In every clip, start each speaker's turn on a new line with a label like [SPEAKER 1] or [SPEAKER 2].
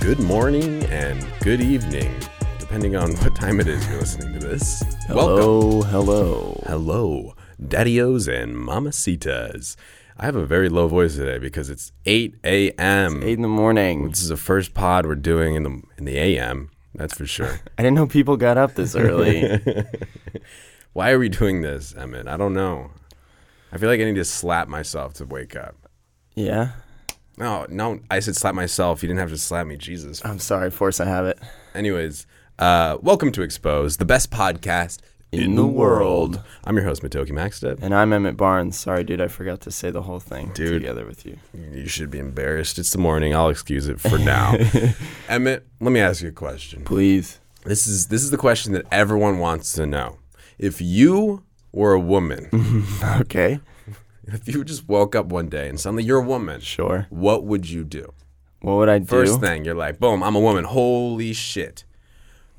[SPEAKER 1] good morning and good evening, depending on what time it is you're listening to this. Welcome.
[SPEAKER 2] Hello, hello.
[SPEAKER 1] Hello, daddios and mamacitas. I have a very low voice today because it's 8 a.m.
[SPEAKER 2] Eight in the morning.
[SPEAKER 1] This is the first pod we're doing in the in the a.m. That's for sure.
[SPEAKER 2] I didn't know people got up this early.
[SPEAKER 1] Why are we doing this, Emmett? I don't know. I feel like I need to slap myself to wake up.
[SPEAKER 2] yeah.
[SPEAKER 1] No, no, I said slap myself. You didn't have to slap me, Jesus.
[SPEAKER 2] I'm sorry, force I have it.
[SPEAKER 1] Anyways, uh, welcome to Expose, the best podcast in, the world. I'm your host, Matoki Maxted.
[SPEAKER 2] And I'm Emmett Barnes. Sorry, dude, I forgot to say the whole thing
[SPEAKER 1] Dude.
[SPEAKER 2] together with you.
[SPEAKER 1] You should be embarrassed. It's the morning. I'll excuse it for now. Emmett, let me ask you a question.
[SPEAKER 2] Please.
[SPEAKER 1] This is this is the question that everyone wants to know. If you were a woman,
[SPEAKER 2] Okay.
[SPEAKER 1] if you just woke up one day and suddenly you're a woman,
[SPEAKER 2] Sure.
[SPEAKER 1] what would you do?
[SPEAKER 2] What would I do?
[SPEAKER 1] First thing, you're like, boom, I'm a woman. Holy shit.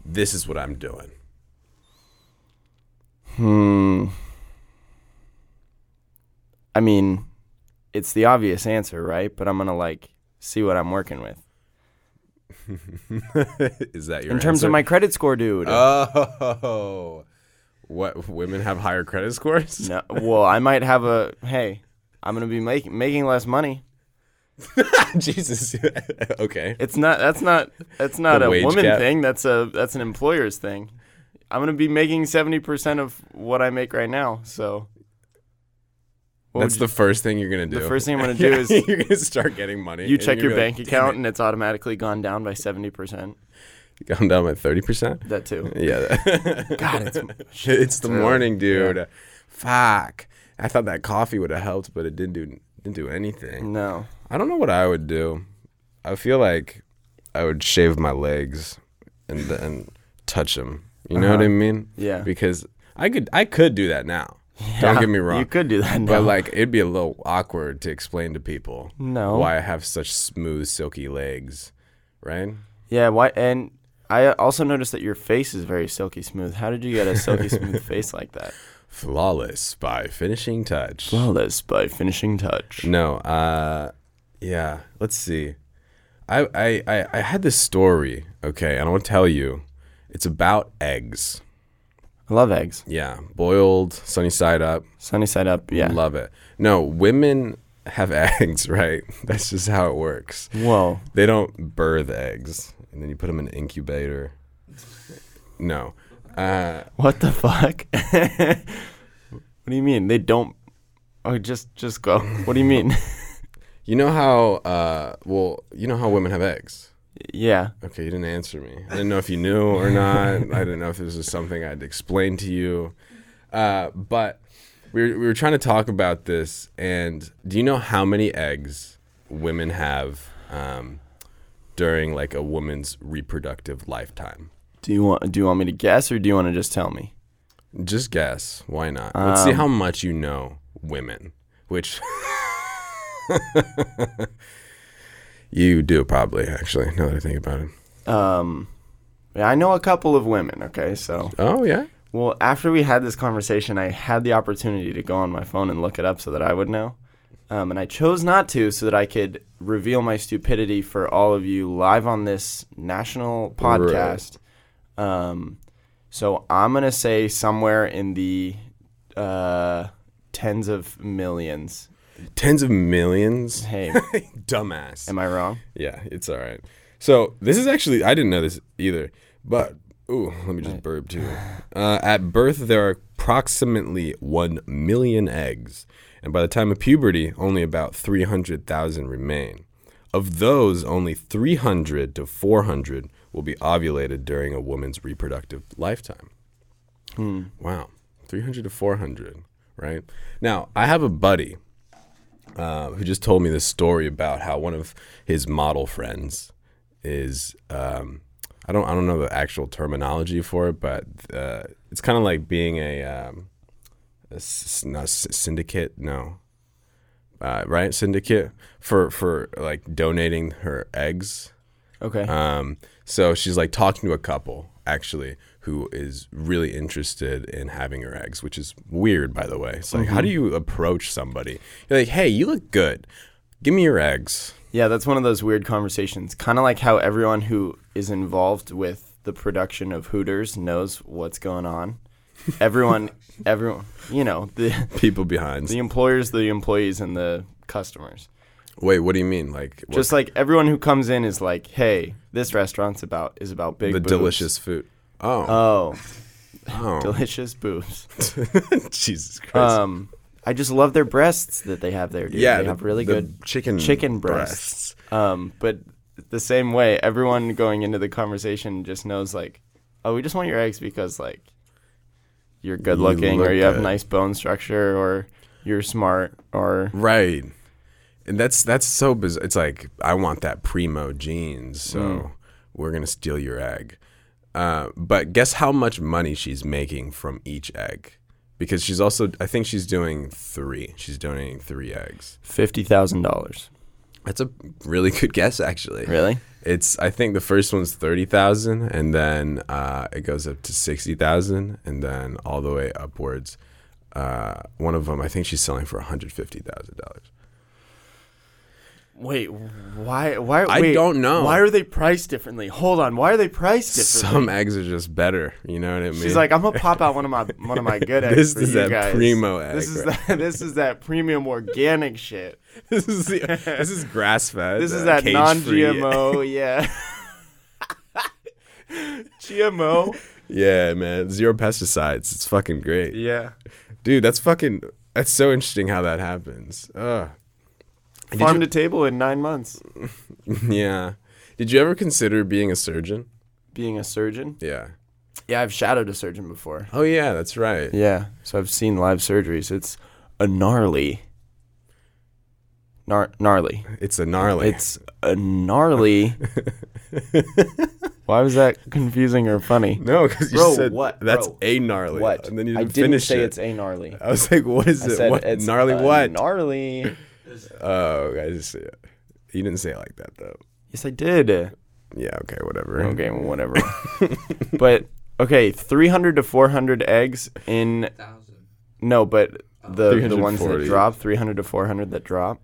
[SPEAKER 1] This is what I'm doing.
[SPEAKER 2] Hmm. I mean, it's the obvious answer, right? But I'm going to like see what I'm working with.
[SPEAKER 1] is that your
[SPEAKER 2] In terms of my credit score, dude.
[SPEAKER 1] Oh, what women have higher credit scores?
[SPEAKER 2] no, well, I might have a hey, I'm going to be making making less money.
[SPEAKER 1] Jesus. okay.
[SPEAKER 2] It's not. That's not. That's not
[SPEAKER 1] The
[SPEAKER 2] a
[SPEAKER 1] wage
[SPEAKER 2] woman
[SPEAKER 1] gap.
[SPEAKER 2] thing. That's a. That's an employer's thing. I'm gonna be making seventy percent of what I make right now. So. What
[SPEAKER 1] That's
[SPEAKER 2] would you-
[SPEAKER 1] the first thing you're gonna do.
[SPEAKER 2] the first thing I'm gonna do is
[SPEAKER 1] you're gonna start getting money.
[SPEAKER 2] you
[SPEAKER 1] and
[SPEAKER 2] check
[SPEAKER 1] you're
[SPEAKER 2] your
[SPEAKER 1] gonna be
[SPEAKER 2] bank account and it's automatically gone down by seventy percent.
[SPEAKER 1] like, I'm down by thirty percent.
[SPEAKER 2] That too.
[SPEAKER 1] Yeah.
[SPEAKER 2] God, it's
[SPEAKER 1] Shit, it's the
[SPEAKER 2] early.
[SPEAKER 1] morning, dude. Fuck. I thought that coffee would have helped, but it didn't do didn't do anything.
[SPEAKER 2] no.
[SPEAKER 1] I don't know what I would do. I feel like I would shave my legs and then touch them. You know what I mean?
[SPEAKER 2] Uh-huh. Yeah.
[SPEAKER 1] Because I could I could do that now. Don't get me wrong.
[SPEAKER 2] You could do that.
[SPEAKER 1] But
[SPEAKER 2] Now.
[SPEAKER 1] like, it'd be a little awkward to explain to people
[SPEAKER 2] No.
[SPEAKER 1] why I have such smooth, silky legs, right?
[SPEAKER 2] yeah. Why? And I also noticed that your face is very silky smooth. How did you get a silky smooth face like that?
[SPEAKER 1] Flawless by finishing touch.
[SPEAKER 2] Well, that's by finishing touch.
[SPEAKER 1] No, uh, yeah. Let's see. I, I I I had this story, okay, and I want to tell you, it's about eggs.
[SPEAKER 2] I love eggs.
[SPEAKER 1] Yeah, boiled, sunny side up.
[SPEAKER 2] Sunny side up. Yeah.
[SPEAKER 1] Love it. No, women have eggs, right? That's just how it works.
[SPEAKER 2] Whoa.
[SPEAKER 1] They don't birth eggs, and then you put them in an incubator. No, uh,
[SPEAKER 2] What the fuck? what do you mean? They don't. Oh, just just go. What do you mean?
[SPEAKER 1] you know how? Uh, well, you know how women have eggs.
[SPEAKER 2] yeah.
[SPEAKER 1] Okay, you didn't answer me. I didn't know if you knew or not. I didn't know if this was something I'd explain to you. Uh, but we were, we were trying to talk about this, and do you know how many eggs women have um, during like a woman's reproductive lifetime?
[SPEAKER 2] Do you want Do you want me to guess or do you want to just tell me?
[SPEAKER 1] Just guess. Why not? Let's see how much you know women, which you do probably, actually, now that I think about it.
[SPEAKER 2] Um, yeah, I know a couple of women. Okay, so
[SPEAKER 1] Oh, yeah.
[SPEAKER 2] well, after we had this conversation, I had the opportunity to go on my phone and look it up so that I would know. Um, and I chose not to so that I could reveal my stupidity for all of you live on this national podcast. Um, so I'm gonna say somewhere in the uh, tens of millions.
[SPEAKER 1] Tens of millions.
[SPEAKER 2] Hey,
[SPEAKER 1] Dumbass.
[SPEAKER 2] am I wrong?
[SPEAKER 1] Yeah, it's all right. So, this is actually, I didn't know this either, but, ooh, let me just burp too. Uh, at birth, there are approximately 1 million eggs. And by the time of puberty, only about 300,000 remain. Of those, only 300 to 400 will be ovulated during a woman's reproductive lifetime. Wow. 300 to 400, right? Now, I have a buddy uh, who just told me this story about how one of his model friends is um, I don't I don't know the actual terminology for it, but uh, it's kind of like being a, um, a s- not s- syndicate, no, uh, right? Syndicate for for like donating her eggs.
[SPEAKER 2] Okay.
[SPEAKER 1] Um, so she's like talking to a couple actually who is really interested in having her eggs,
[SPEAKER 2] Mm-hmm.
[SPEAKER 1] which is weird, by the way. It's like, how do you approach somebody? You're like, hey, you look good. Give me your eggs.
[SPEAKER 2] Yeah, that's one of those weird conversations. Kind of like how everyone who is involved with the production of Hooters knows what's going on. Everyone, everyone, you know, the
[SPEAKER 1] People behind.
[SPEAKER 2] the employers, the employees, and the customers.
[SPEAKER 1] Wait, what do you mean? Like what-
[SPEAKER 2] Just like everyone who comes in is like, "Hey, this restaurant's about is about big
[SPEAKER 1] the
[SPEAKER 2] boobs."
[SPEAKER 1] delicious food. Oh,
[SPEAKER 2] Oh,
[SPEAKER 1] oh.
[SPEAKER 2] delicious boobs.
[SPEAKER 1] Jesus Christ.
[SPEAKER 2] Um, I just love their breasts that they have there, dude.
[SPEAKER 1] yeah,
[SPEAKER 2] they
[SPEAKER 1] the-
[SPEAKER 2] have really
[SPEAKER 1] the
[SPEAKER 2] good
[SPEAKER 1] chicken
[SPEAKER 2] chicken breasts. Um, but the same way, everyone going into the conversation just knows like, oh, we just want your eggs because like you're good looking
[SPEAKER 1] look
[SPEAKER 2] or you have
[SPEAKER 1] good.
[SPEAKER 2] nice bone structure or you're smart or
[SPEAKER 1] Right. And that's that's so bizarre. It's like I want that primo genes, so we're gonna steal your egg. Uh, but guess how much money she's making from each egg? Because she's also, I think she's doing three. She's donating three eggs.
[SPEAKER 2] fifty thousand dollars.
[SPEAKER 1] That's a really good guess, actually.
[SPEAKER 2] Really?
[SPEAKER 1] It's I think the first one's thirty thousand, and then uh, it goes up to sixty thousand, and then all the way upwards. Uh, one of them, I think she's selling for one hundred fifty thousand dollars.
[SPEAKER 2] Wait, why? Why?
[SPEAKER 1] I
[SPEAKER 2] wait,
[SPEAKER 1] don't know.
[SPEAKER 2] Why are they priced differently? Hold on. Why are they priced differently?
[SPEAKER 1] Some eggs are just better. You know what I mean?
[SPEAKER 2] She's like, I'm gonna pop out one of my one of my good
[SPEAKER 1] This
[SPEAKER 2] eggs for
[SPEAKER 1] is
[SPEAKER 2] you
[SPEAKER 1] that
[SPEAKER 2] guys.
[SPEAKER 1] primo egg,
[SPEAKER 2] This is
[SPEAKER 1] right?
[SPEAKER 2] that. This is that premium organic shit.
[SPEAKER 1] this is the- this is grass fed. uh,
[SPEAKER 2] This is that non-GMO. Yeah. GMO.
[SPEAKER 1] Yeah, man, zero pesticides. It's fucking great,
[SPEAKER 2] Yeah.
[SPEAKER 1] dude. That's fucking. That's so interesting how that happens. Ugh. Did
[SPEAKER 2] Farm
[SPEAKER 1] you-
[SPEAKER 2] to table in nine months.
[SPEAKER 1] yeah. Did you ever consider being a surgeon?
[SPEAKER 2] Being a surgeon.
[SPEAKER 1] Yeah.
[SPEAKER 2] Yeah, I've shadowed a surgeon before.
[SPEAKER 1] Oh yeah, that's right.
[SPEAKER 2] Yeah. So I've seen live surgeries. It's a gnarly. Gnar- gnarly.
[SPEAKER 1] It's a gnarly.
[SPEAKER 2] It's a gnarly. Why was that confusing or funny?
[SPEAKER 1] No, because you
[SPEAKER 2] Bro,
[SPEAKER 1] said
[SPEAKER 2] what?
[SPEAKER 1] that's
[SPEAKER 2] Bro,
[SPEAKER 1] a gnarly. And then you
[SPEAKER 2] I
[SPEAKER 1] didn't,
[SPEAKER 2] didn't
[SPEAKER 1] finish
[SPEAKER 2] say
[SPEAKER 1] it.
[SPEAKER 2] it's a gnarly.
[SPEAKER 1] I was like, what is
[SPEAKER 2] I
[SPEAKER 1] it?
[SPEAKER 2] said
[SPEAKER 1] what
[SPEAKER 2] it's
[SPEAKER 1] gnarly?
[SPEAKER 2] a
[SPEAKER 1] What?
[SPEAKER 2] Gnarly.
[SPEAKER 1] oh, I just see it. You didn't say it like that though.
[SPEAKER 2] Yes, I did.
[SPEAKER 1] Yeah. Okay. Whatever.
[SPEAKER 2] Okay, well, whatever. but okay, 300 to 400 eggs in
[SPEAKER 3] thousand.
[SPEAKER 2] no, but the the ones that
[SPEAKER 1] 340.
[SPEAKER 2] drop 300 to 400 that drop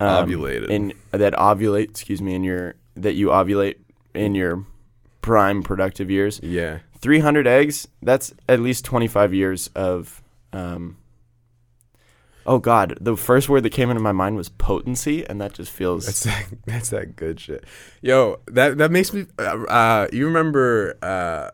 [SPEAKER 2] um,
[SPEAKER 1] Ovulated.
[SPEAKER 2] in that ovulate. Excuse me, in your that you ovulate in your prime productive years.
[SPEAKER 1] Yeah.
[SPEAKER 2] 300 eggs. That's at least 25 years of. Um, oh God, the first word that came into my mind was potency, and that just feels.
[SPEAKER 1] That's that, that's that good shit. Yo, that that makes me. Uh, uh, you remember, uh,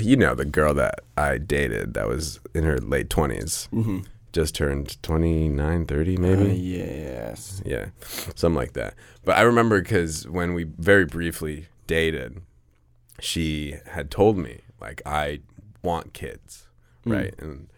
[SPEAKER 1] you know, the girl that I dated that was in her late twenties,
[SPEAKER 2] Mhm.
[SPEAKER 1] just turned 29, 30 maybe.
[SPEAKER 2] Uh, yes.
[SPEAKER 1] Yeah, something like that. But I remember because when we very briefly dated, she had told me like I want kids, right? And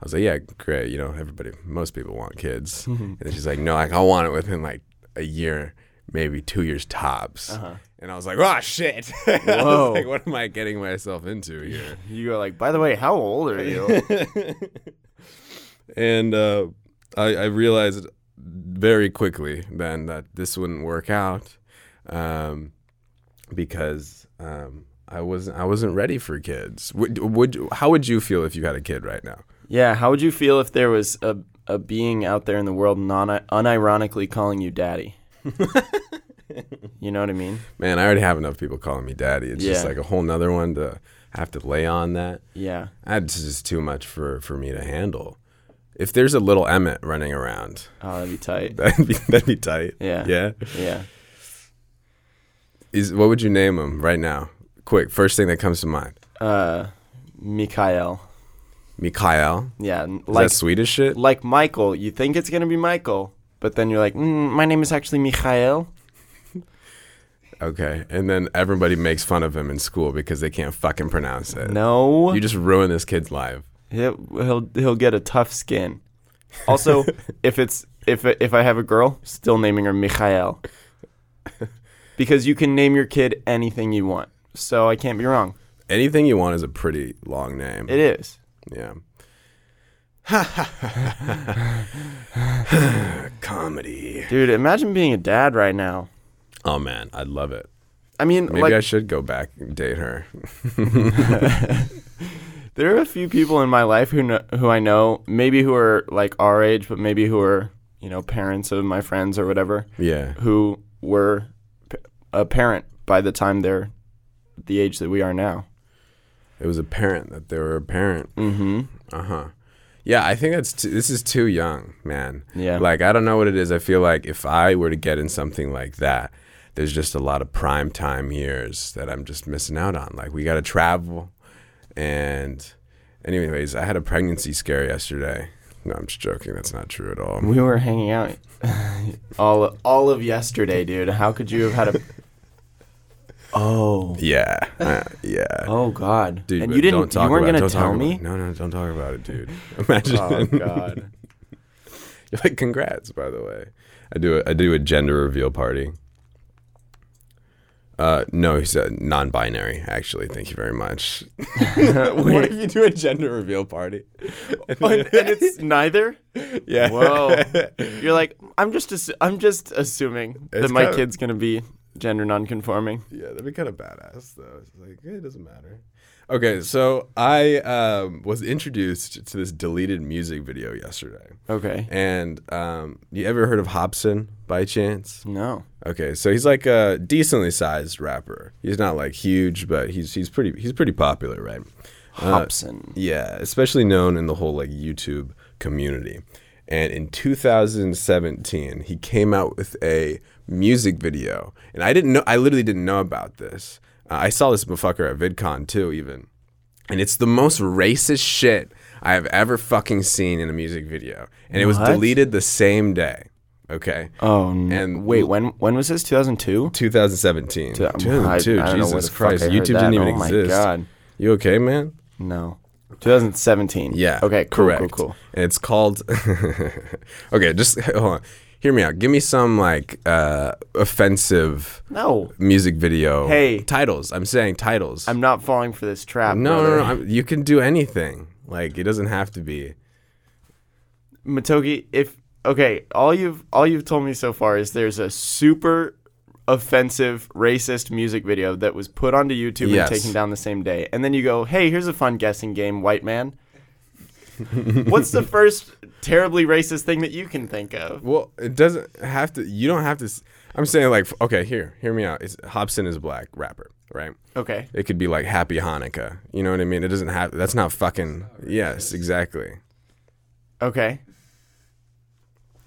[SPEAKER 1] I was like, yeah, great. You know, everybody, most people want kids. And then she's like, no, like I want it within like a year, maybe two years tops. And I was like, oh shit! I was
[SPEAKER 2] Whoa.
[SPEAKER 1] like, what am I getting myself into here?
[SPEAKER 2] You go like. By the way, how old are you?
[SPEAKER 1] and uh, I, I realized very quickly then that this wouldn't work out um, because um, I wasn't I wasn't ready for kids. Would, would how would you feel if you had a kid right now?
[SPEAKER 2] Yeah, how would you feel if there was a, a being out there in the world non unironically calling you daddy? you know what I mean?
[SPEAKER 1] Man, I already have enough people calling me daddy. It's just
[SPEAKER 2] Yeah.
[SPEAKER 1] like a whole nother one to have to lay on that.
[SPEAKER 2] Yeah.
[SPEAKER 1] That's just too much for, for me to handle. If there's a little Emmett running around,
[SPEAKER 2] Oh, that'd be tight.
[SPEAKER 1] that'd be, that'd be tight.
[SPEAKER 2] Yeah.
[SPEAKER 1] Yeah.
[SPEAKER 2] Yeah.
[SPEAKER 1] Is what would you name him right now? Quick, first thing that comes to mind.
[SPEAKER 2] Uh, Mikhail.
[SPEAKER 1] Mikhail.
[SPEAKER 2] Yeah. n-
[SPEAKER 1] Is
[SPEAKER 2] Like
[SPEAKER 1] that Swedish shit?
[SPEAKER 2] like Michael. You think it's gonna be Michael, but then you're like, mm, my name is actually Mikhail.
[SPEAKER 1] Okay. And then everybody makes fun of him in school because they can't fucking pronounce it.
[SPEAKER 2] No.
[SPEAKER 1] You just ruin this kid's life.
[SPEAKER 2] he'll, he'll he'll get a tough skin. Also, if it's if if I have a girl, still naming her Mikhail. Because you can name your kid anything you want. So I can't be wrong.
[SPEAKER 1] Anything you want is a pretty long name.
[SPEAKER 2] It is.
[SPEAKER 1] Yeah. Comedy.
[SPEAKER 2] Dude, imagine being a dad right now.
[SPEAKER 1] Oh man, I'd love it.
[SPEAKER 2] I mean,
[SPEAKER 1] Maybe
[SPEAKER 2] like
[SPEAKER 1] I should go back and date her.
[SPEAKER 2] there are a few people in my life who know, who I know, maybe who are like our age, but maybe who are you know, parents of my friends or whatever
[SPEAKER 1] Yeah.
[SPEAKER 2] who were p- a parent by the time they're the age that we are now.
[SPEAKER 1] It was apparent that they were a parent.
[SPEAKER 2] Mm-hmm.
[SPEAKER 1] Uh huh. Yeah, I think that's too, this is too young, man.
[SPEAKER 2] Yeah.
[SPEAKER 1] Like I don't know what it is. I feel like if I were to get in something like that, there's just a lot of prime time years that I'm just missing out on. Like we got to travel, and anyways, I had a pregnancy scare yesterday. No, I'm just joking. That's not true at all.
[SPEAKER 2] We were hanging out all all of yesterday, dude. How could you have had a? Oh,
[SPEAKER 1] Yeah, uh, yeah.
[SPEAKER 2] oh God!
[SPEAKER 1] Dude,
[SPEAKER 2] and
[SPEAKER 1] but
[SPEAKER 2] you didn't.
[SPEAKER 1] Don't talk
[SPEAKER 2] you weren't
[SPEAKER 1] about it. Don't
[SPEAKER 2] gonna
[SPEAKER 1] talk
[SPEAKER 2] tell
[SPEAKER 1] about
[SPEAKER 2] me.
[SPEAKER 1] it. No, no, don't talk about it, dude. Imagine.
[SPEAKER 2] Oh God!
[SPEAKER 1] You're like, congrats, by the way. I do a, I do a gender reveal party. Uh, no, he said non-binary. Actually, thank you very much. what if you do a gender reveal party? Oh,
[SPEAKER 2] and it's neither.
[SPEAKER 1] yeah.
[SPEAKER 2] Whoa! You're like, I'm just. Assu- I'm just assuming
[SPEAKER 1] It's
[SPEAKER 2] that my
[SPEAKER 1] kinda-
[SPEAKER 2] kid's gonna be gender nonconforming.
[SPEAKER 1] Yeah, that'd be kind of badass though. It's like eh, it doesn't matter. Okay, so I um, was introduced to this deleted music video yesterday,
[SPEAKER 2] Okay.
[SPEAKER 1] and um, you ever heard of Hobson by chance?
[SPEAKER 2] No.
[SPEAKER 1] Okay, so he's like a decently sized rapper. He's not like huge, but he's he's pretty he's pretty popular, right? Uh,
[SPEAKER 2] Hobson.
[SPEAKER 1] Yeah, especially known in the whole like YouTube community. And in 2017, he came out with a music video, and I didn't know. I literally didn't know about this. Uh, I saw this motherfucker at VidCon too, even, and it's the most racist shit I have ever fucking seen in a music video, and it was
[SPEAKER 2] What?
[SPEAKER 1] deleted the same day. Okay.
[SPEAKER 2] oh no.
[SPEAKER 1] and-
[SPEAKER 2] wait, when when was this? 2002.
[SPEAKER 1] 2017.
[SPEAKER 2] I- I-
[SPEAKER 1] 2002.
[SPEAKER 2] I don't know where
[SPEAKER 1] Jesus
[SPEAKER 2] the fuck I
[SPEAKER 1] Christ.
[SPEAKER 2] heard
[SPEAKER 1] YouTube
[SPEAKER 2] that.
[SPEAKER 1] didn't even
[SPEAKER 2] Oh my
[SPEAKER 1] exist.
[SPEAKER 2] God.
[SPEAKER 1] You okay, man?
[SPEAKER 2] No. 2017.
[SPEAKER 1] Yeah.
[SPEAKER 2] Okay. Cool,
[SPEAKER 1] correct.
[SPEAKER 2] Cool. Cool.
[SPEAKER 1] And it's called. okay, just hold on. Hear me out. Give me some like uh, offensive
[SPEAKER 2] No.
[SPEAKER 1] music video.
[SPEAKER 2] Hey.
[SPEAKER 1] Titles. I'm saying titles.
[SPEAKER 2] I'm not falling for this trap.
[SPEAKER 1] no, no,
[SPEAKER 2] brother.
[SPEAKER 1] no, I'm, You can do anything. Like it doesn't have to be.
[SPEAKER 2] Matogi, if okay, all you've all you've told me so far is there's a super offensive racist music video that was put onto YouTube
[SPEAKER 1] Yes.
[SPEAKER 2] and taken down the same day. And then you go, "Hey, here's a fun guessing game, white man." What's the first terribly racist thing that you can think of?
[SPEAKER 1] Well, it doesn't have to. You don't have to. s- I'm saying like, f- okay, here, hear me out. It's, Hobson is a black rapper, right?
[SPEAKER 2] Okay.
[SPEAKER 1] It could be like Happy Hanukkah. You know what I mean? It doesn't have. That's not fucking. Yes, exactly.
[SPEAKER 2] Okay.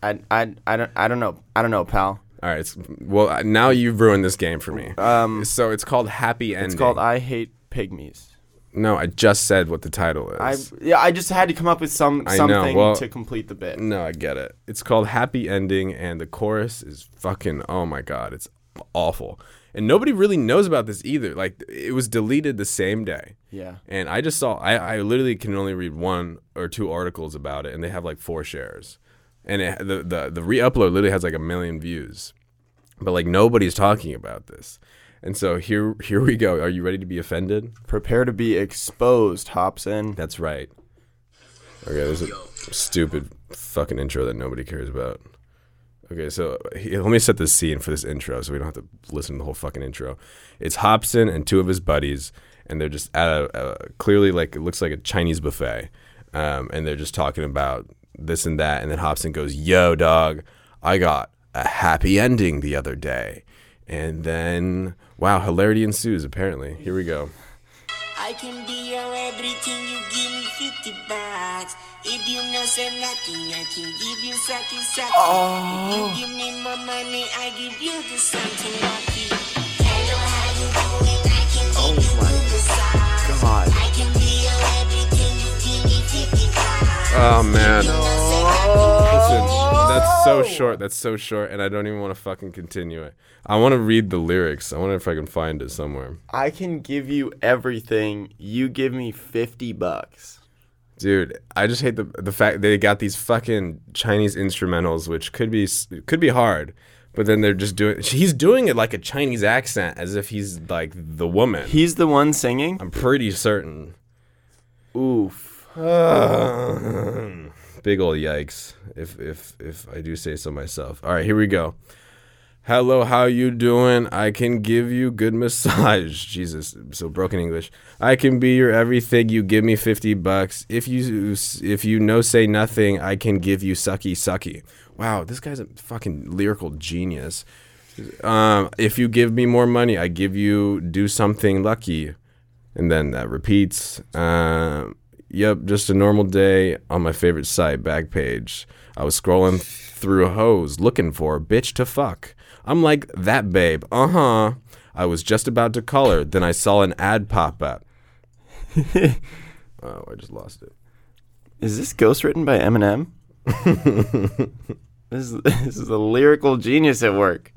[SPEAKER 2] I, I, I don't I don't know. I don't know, pal.
[SPEAKER 1] All right. It's, well, uh, now you've ruined this game for me.
[SPEAKER 2] Um
[SPEAKER 1] so it's called Happy Ending.
[SPEAKER 2] it's called I hate pygmies.
[SPEAKER 1] no, I just said what the title
[SPEAKER 2] I
[SPEAKER 1] is.
[SPEAKER 2] yeah, I just had to come up with some
[SPEAKER 1] I know,
[SPEAKER 2] something
[SPEAKER 1] well-
[SPEAKER 2] to complete the bit.
[SPEAKER 1] no, I get it. It's called Happy Ending, and the chorus is fucking. Oh my god, it's awful. And nobody really knows about this either. Like it was deleted the same day.
[SPEAKER 2] Yeah.
[SPEAKER 1] And I just saw. I, I literally can only read one or two articles about it, and they have like four shares. And it, the the the re-upload literally has like a million views, but like nobody's talking about this. And so here here we go. Are you ready to be offended?
[SPEAKER 2] Prepare to be exposed, Hobson.
[SPEAKER 1] That's right. Okay, there's a stupid fucking intro that nobody cares about. Okay, so he, let me set the scene for this intro so we don't have to listen to the whole fucking intro. It's Hobson and two of his buddies, and they're just at a, a clearly like it looks like a Chinese buffet, um, and they're just talking about this and that. And then Hobson goes, Yo, dog, I got a happy ending the other day. And then, wow, hilarity ensues apparently. Here we go.
[SPEAKER 3] I can be your everything, you give me 50 bucks. If you no say nothing, I can give you sake sake. If you give me more money, I give you the something lucky. Tell you how you do it, I can give you the socks.
[SPEAKER 2] God.
[SPEAKER 3] I can be your everything, you give me 50 bucks.
[SPEAKER 1] Oh man.
[SPEAKER 3] No say nothing,
[SPEAKER 1] Listen, that's so short. That's so short, and I don't even want to fucking continue it. I want to read the lyrics. I wonder if I can find it somewhere,
[SPEAKER 2] I can give you everything. You give me 50 bucks.
[SPEAKER 1] dude. I just hate the the fact they got these fucking Chinese instrumentals, which could be s- could be hard, but then they're just doing. He's doing it like a Chinese accent, as if he's like the woman.
[SPEAKER 2] He's the one singing?
[SPEAKER 1] I'm pretty certain.
[SPEAKER 2] Oof.
[SPEAKER 1] Big ol' yikes, if if if I do say so myself. All right, here we go. Hello, how you doing? I can give you good massage. Jesus, so broken English. I can be your everything. You give me fifty bucks. If you if you no say nothing, I can give you sucky sucky. wow, this guy's a fucking lyrical genius. Um, if you give me more money, I give you do something lucky. And then that repeats. Um, yep, just a normal day on my favorite site, Backpage. I was scrolling through hoes looking for a bitch to fuck. I'm like, that babe, uh huh. I was just about to call her, then I saw an ad pop up. oh, I just lost it.
[SPEAKER 2] Is this ghostwritten by Eminem? this, is, this is a lyrical genius at work.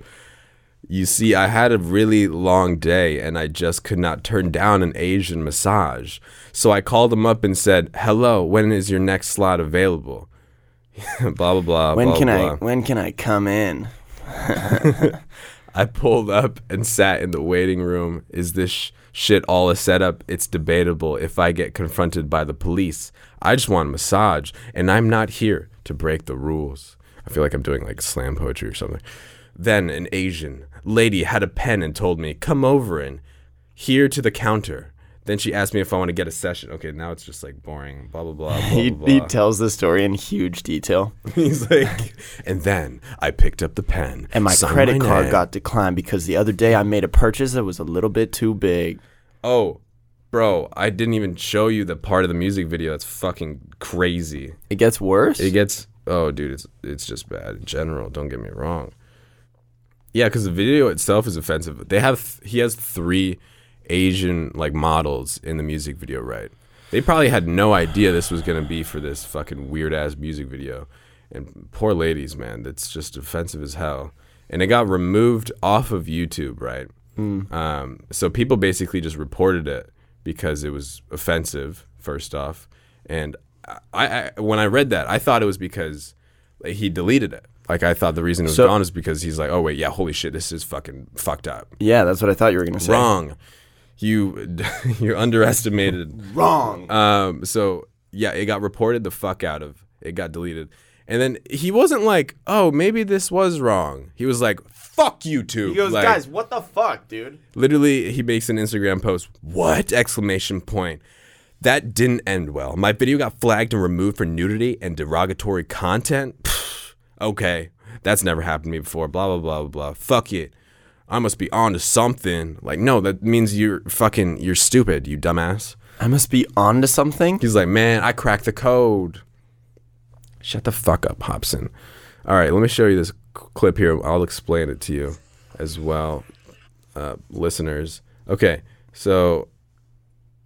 [SPEAKER 1] You see, I had a really long day and I just could not turn down an Asian massage. So I called him up and said, Hello, when is your next slot available? blah, blah, blah.
[SPEAKER 2] When
[SPEAKER 1] blah,
[SPEAKER 2] can I
[SPEAKER 1] blah.
[SPEAKER 2] when can I come in?
[SPEAKER 1] I pulled up and sat in the waiting room. Is this sh- shit all a setup? It's debatable if I get confronted by the police. I just want a massage, and I'm not here to break the rules. I feel like I'm doing like slam poetry or something. Then an Asian lady had a pen and told me, Come over and here to the counter. Then she asked me if I want to get a session. Okay, now it's just like boring, blah, blah, blah. blah,
[SPEAKER 2] He,
[SPEAKER 1] blah,
[SPEAKER 2] he
[SPEAKER 1] blah.
[SPEAKER 2] tells the story in huge detail.
[SPEAKER 1] He's like, and then I picked up the pen.
[SPEAKER 2] And my
[SPEAKER 1] signed
[SPEAKER 2] credit card
[SPEAKER 1] name."
[SPEAKER 2] got declined because the other day I made a purchase that was a little bit too big.
[SPEAKER 1] Oh, bro, I didn't even show you the part of the music video that's fucking crazy.
[SPEAKER 2] It gets worse.
[SPEAKER 1] It gets oh, dude, it's it's just bad in general. Don't get me wrong. Yeah, because the video itself is offensive. They have he has three Asian like models in the music video, right? They probably had no idea this was gonna be for this fucking weird ass music video. And poor ladies, man, that's just offensive as hell. And it got removed off of YouTube, right? Um, so people basically just reported it because it was offensive, first off. And I, I when I read that, I thought it was because like, he deleted it. Like I thought the reason it was
[SPEAKER 2] So-
[SPEAKER 1] gone is because he's like, oh wait, yeah, holy shit, this is fucking fucked up.
[SPEAKER 2] yeah, that's what I thought you were gonna say.
[SPEAKER 1] Wrong. You you underestimated.
[SPEAKER 2] Wrong.
[SPEAKER 1] Um, so yeah, it got reported the fuck out of. It got deleted. And then he wasn't like, oh, maybe this was wrong. He was like, fuck you too.
[SPEAKER 2] he goes,
[SPEAKER 1] like,
[SPEAKER 2] guys, what the fuck, dude?
[SPEAKER 1] Literally, he makes an Instagram post. What? Exclamation point. That didn't end well. My video got flagged and removed for nudity and derogatory content. Pfft, okay. That's never happened to me before. Blah, blah, blah, blah, blah. Fuck it. I must be on to something. Like, no, that means you're fucking, you're stupid, you dumbass.
[SPEAKER 2] I must be onto something.
[SPEAKER 1] He's like, man, I cracked the code. Shut the fuck up, Hobson. All right, let me show you this c- clip here. I'll explain it to you as well, uh, listeners. Okay, so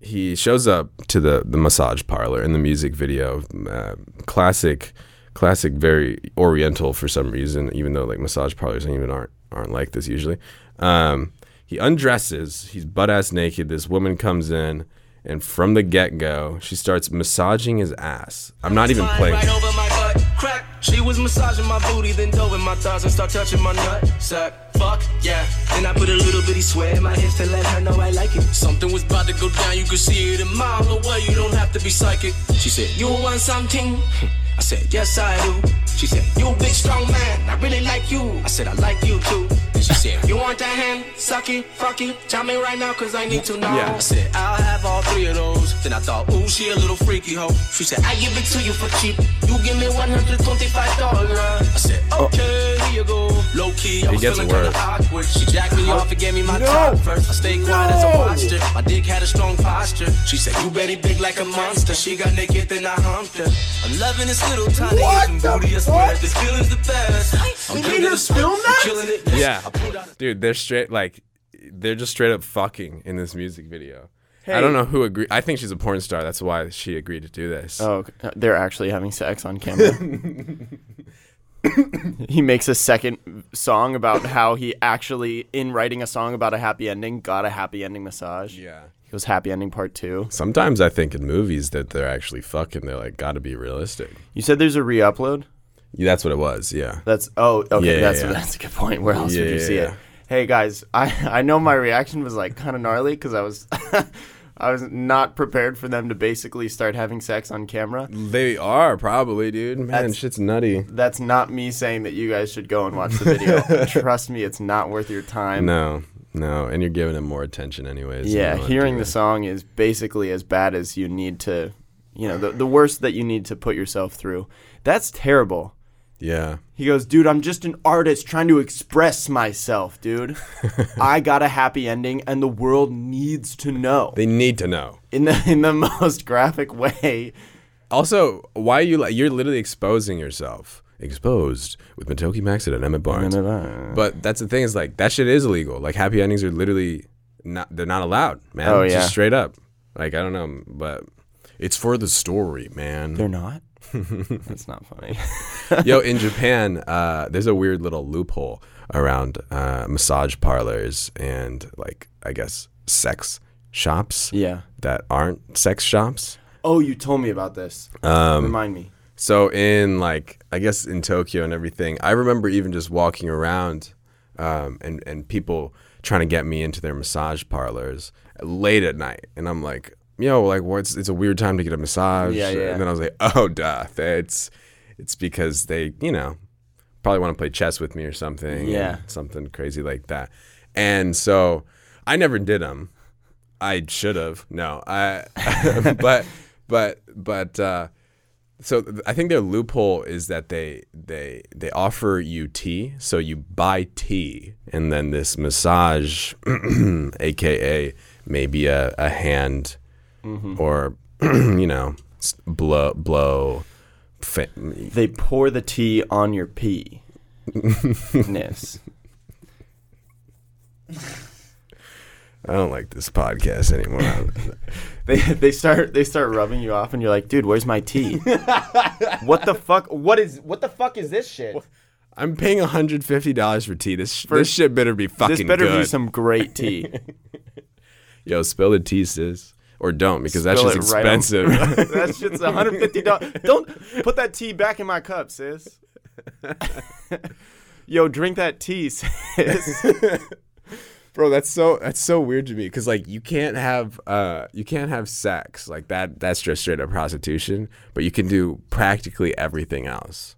[SPEAKER 1] he shows up to the, the massage parlor in the music video. Uh, classic, classic, very oriental for some reason, even though like massage parlors even aren't, aren't like this usually. Um, he undresses, he's butt ass naked. This woman comes in. And from the get go, she starts massaging his ass. I'm not even
[SPEAKER 4] Climb
[SPEAKER 1] playing.
[SPEAKER 4] Right over my butt crack. She was massaging my booty, then dove in my thighs and start touching my nut sack. Fuck yeah. Then I put a little bitty sweat in my hips to let her know I like it. Something was about to go down. You could see it a mile away. You don't have to be psychic. She said, You want something? I said, Yes, I do. She said, You a big strong man. I really like you. I said, I like you too. And she said, You want that hand? Suck it, fuck it. Chime in right now, cause I need to know.
[SPEAKER 1] Yeah.
[SPEAKER 4] I said, I'll have all three of those. Then I thought, ooh, she a little freaky hoe. She said, I give it to you for cheap. You give me $125. I said, okay, here you go. Low key, I was
[SPEAKER 1] Oh. gets
[SPEAKER 4] feeling kinda
[SPEAKER 1] worse.
[SPEAKER 4] awkward. She jacked me off and gave me my top first. I stayed quiet as I watched her. My dick had a strong posture. She said, you bet he big like a monster. She got naked, then I humped her. I'm loving this little tiny and booty. I swear, this feeling's the best. I'm killing it. I'm killing it.
[SPEAKER 1] Yeah, dude, they're straight like they're just straight up fucking in this music video. I don't know who agreed. I think she's a porn star. That's why she agreed to do this.
[SPEAKER 2] Oh, okay. they're actually having sex on camera. he makes a second song about how he actually, in writing a song about a happy ending, got a happy ending massage.
[SPEAKER 1] Yeah.
[SPEAKER 2] It was happy ending part two.
[SPEAKER 1] Sometimes I think in movies that they're actually fucking. They're like, gotta be realistic.
[SPEAKER 2] You said there's a re-upload.
[SPEAKER 1] Yeah, that's what it was. Yeah.
[SPEAKER 2] That's oh okay.
[SPEAKER 1] Yeah,
[SPEAKER 2] that's
[SPEAKER 1] yeah, yeah.
[SPEAKER 2] that's a good point. Where else would
[SPEAKER 1] Yeah,
[SPEAKER 2] you
[SPEAKER 1] yeah,
[SPEAKER 2] see
[SPEAKER 1] yeah.
[SPEAKER 2] it? Hey guys, I I know my reaction was like kind of gnarly because I was. I was not prepared for them to basically start having sex on camera.
[SPEAKER 1] They are probably, dude. Man,
[SPEAKER 2] That's-
[SPEAKER 1] shit's nutty.
[SPEAKER 2] That's not me saying that you guys should go and watch the video. Trust me, it's not worth your time.
[SPEAKER 1] No, no, and you're giving him more attention, anyways. You
[SPEAKER 2] Yeah,
[SPEAKER 1] don't wanna
[SPEAKER 2] hearing
[SPEAKER 1] do
[SPEAKER 2] the
[SPEAKER 1] that.
[SPEAKER 2] song is basically as bad as you need to, you know, the, the worst that you need to put yourself through. That's terrible.
[SPEAKER 1] Yeah.
[SPEAKER 2] He goes, dude, I'm just an artist trying to express myself, dude. I got a happy ending, and the world needs to know
[SPEAKER 1] They need to know.
[SPEAKER 2] in the in the most graphic way.
[SPEAKER 1] Also, why are you like you're literally exposing yourself? Exposed with Matoki Maxid and Emmett Barnes.
[SPEAKER 2] But
[SPEAKER 1] But that's the thing is like that shit is illegal. Like happy endings are literally not they're not allowed, man.
[SPEAKER 2] Oh, yeah.
[SPEAKER 1] Just straight up. Like I don't know, but it's for the story, man.
[SPEAKER 2] they're not. That's not funny.
[SPEAKER 1] Yo, in Japan, uh, there's a weird little loophole around uh, massage parlors and like I guess sex shops
[SPEAKER 2] yeah.
[SPEAKER 1] that aren't sex shops.
[SPEAKER 2] Oh, you told me about this. Um, Remind me.
[SPEAKER 1] So in like I guess in Tokyo and everything, I remember even just walking around um, and and people trying to get me into their massage parlors late at night, and I'm like, yo, like what's it's a weird time to get a massage.
[SPEAKER 2] Yeah, yeah.
[SPEAKER 1] And then I was like, oh duh, it's it's because they you know probably want to play chess with me or something.
[SPEAKER 2] Yeah.
[SPEAKER 1] and something crazy like that. And so I never did them. I should have. No, I. but but but. uh so th- I think their loophole is that they they they offer you tea, so you buy tea, and then this massage, aka maybe a, a hand or you know s- blow blow. fa-
[SPEAKER 2] They pour the tea on your pee. Ness.
[SPEAKER 1] I don't like this podcast anymore.
[SPEAKER 2] They they start they start rubbing you off, and you're like, dude, where's my tea? what the fuck? What is what the fuck is this shit?
[SPEAKER 1] I'm paying hundred fifty dollars for tea. This this shit better be fucking
[SPEAKER 2] This better
[SPEAKER 1] good.
[SPEAKER 2] be some great tea.
[SPEAKER 1] Yo, spill the tea, sis, or don't because that's
[SPEAKER 2] Spill
[SPEAKER 1] just
[SPEAKER 2] it right on-
[SPEAKER 1] expensive.
[SPEAKER 2] that shit's 150 dollars. Don't put that tea back in my cup, sis. Yo, drink that tea, sis.
[SPEAKER 1] bro that's so that's so weird to me because like you can't have uh you can't have sex like that that's just straight up prostitution but you can do practically everything else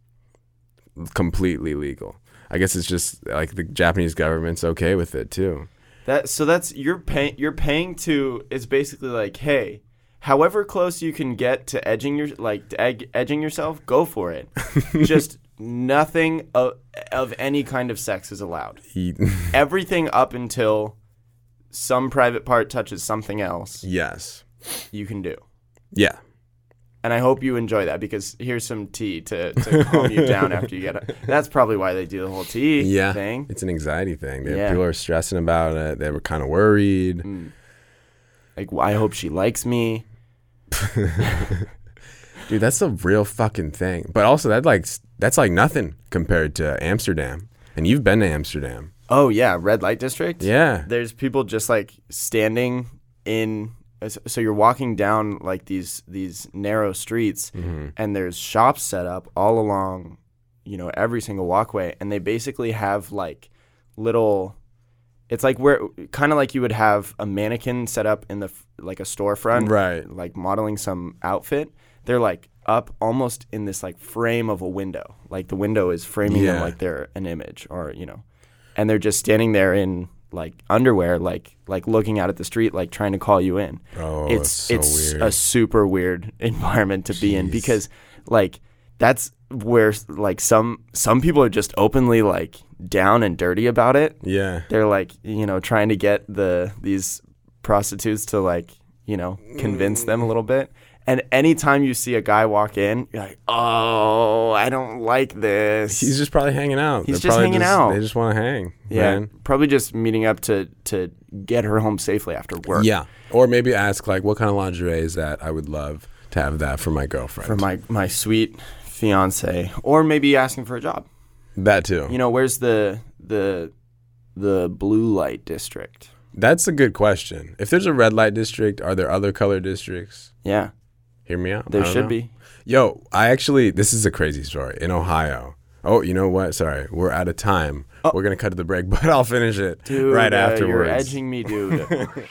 [SPEAKER 1] completely legal i guess it's just like the japanese government's okay with it too
[SPEAKER 2] That so that's you're paying you're paying to it's basically like, hey, however close you can get to edging your like to ed- edging yourself, go for it. Just nothing of, of any kind of sex is allowed.
[SPEAKER 1] He-
[SPEAKER 2] Everything up until some private part touches something else,
[SPEAKER 1] yes
[SPEAKER 2] you can do.
[SPEAKER 1] yeah
[SPEAKER 2] And I hope you enjoy that because here's some tea to, to calm you down after you get it. That's probably why they do the whole tea
[SPEAKER 1] yeah
[SPEAKER 2] thing.
[SPEAKER 1] it's an anxiety thing They-
[SPEAKER 2] Yeah. Mm.
[SPEAKER 1] people are stressing about it they were kind of worried
[SPEAKER 2] Like, well, I hope she likes me.
[SPEAKER 1] dude that's a real fucking thing but also that like s- that's like nothing compared to amsterdam and you've been to amsterdam
[SPEAKER 2] Oh yeah, red light district.
[SPEAKER 1] yeah
[SPEAKER 2] there's people just like standing in uh, so you're walking down like these these narrow streets
[SPEAKER 1] Mm-hmm.
[SPEAKER 2] and there's shops set up all along you know every single walkway and they basically have like little it's like where kind of like you would have a mannequin set up in the f- like a storefront
[SPEAKER 1] Right.
[SPEAKER 2] like modeling some outfit they're like up almost in this like frame of a window like the window is framing them
[SPEAKER 1] Yeah.
[SPEAKER 2] like they're an image or you know and they're just standing there in like underwear, like like looking out at the street, like trying to call you in.
[SPEAKER 1] Oh,
[SPEAKER 2] it's
[SPEAKER 1] so
[SPEAKER 2] it's
[SPEAKER 1] weird.
[SPEAKER 2] a super weird environment to be in because like that's where like some some people are just openly like down and dirty about it.
[SPEAKER 1] Yeah.
[SPEAKER 2] They're like you know trying to get the these prostitutes to like you know convince them a little bit. And anytime you see a guy walk in, you're like, oh, I don't like this.
[SPEAKER 1] He's just probably hanging out.
[SPEAKER 2] He's
[SPEAKER 1] They're
[SPEAKER 2] just
[SPEAKER 1] probably
[SPEAKER 2] hanging out.
[SPEAKER 1] They just want to hang.
[SPEAKER 2] Yeah,
[SPEAKER 1] man.
[SPEAKER 2] probably just meeting up to to get her home safely after work.
[SPEAKER 1] Yeah. Or maybe ask like, what kind of lingerie is that? I would love to have that for my girlfriend.
[SPEAKER 2] for my my sweet fiance, or maybe asking for a job.
[SPEAKER 1] that too.
[SPEAKER 2] You know, where's the the the blue light district?
[SPEAKER 1] That's a good question. If there's a red light district, are there other color districts?
[SPEAKER 2] Yeah,
[SPEAKER 1] Hear me out. I
[SPEAKER 2] there
[SPEAKER 1] don't
[SPEAKER 2] should
[SPEAKER 1] know.
[SPEAKER 2] be.
[SPEAKER 1] Yo, I actually this is a crazy story in Ohio. Oh, you know what? Sorry, we're out of time. We're gonna cut to the break, but I'll finish it
[SPEAKER 2] Oh. Dude,
[SPEAKER 1] right
[SPEAKER 2] uh,
[SPEAKER 1] afterwards.
[SPEAKER 2] You're edging me, dude.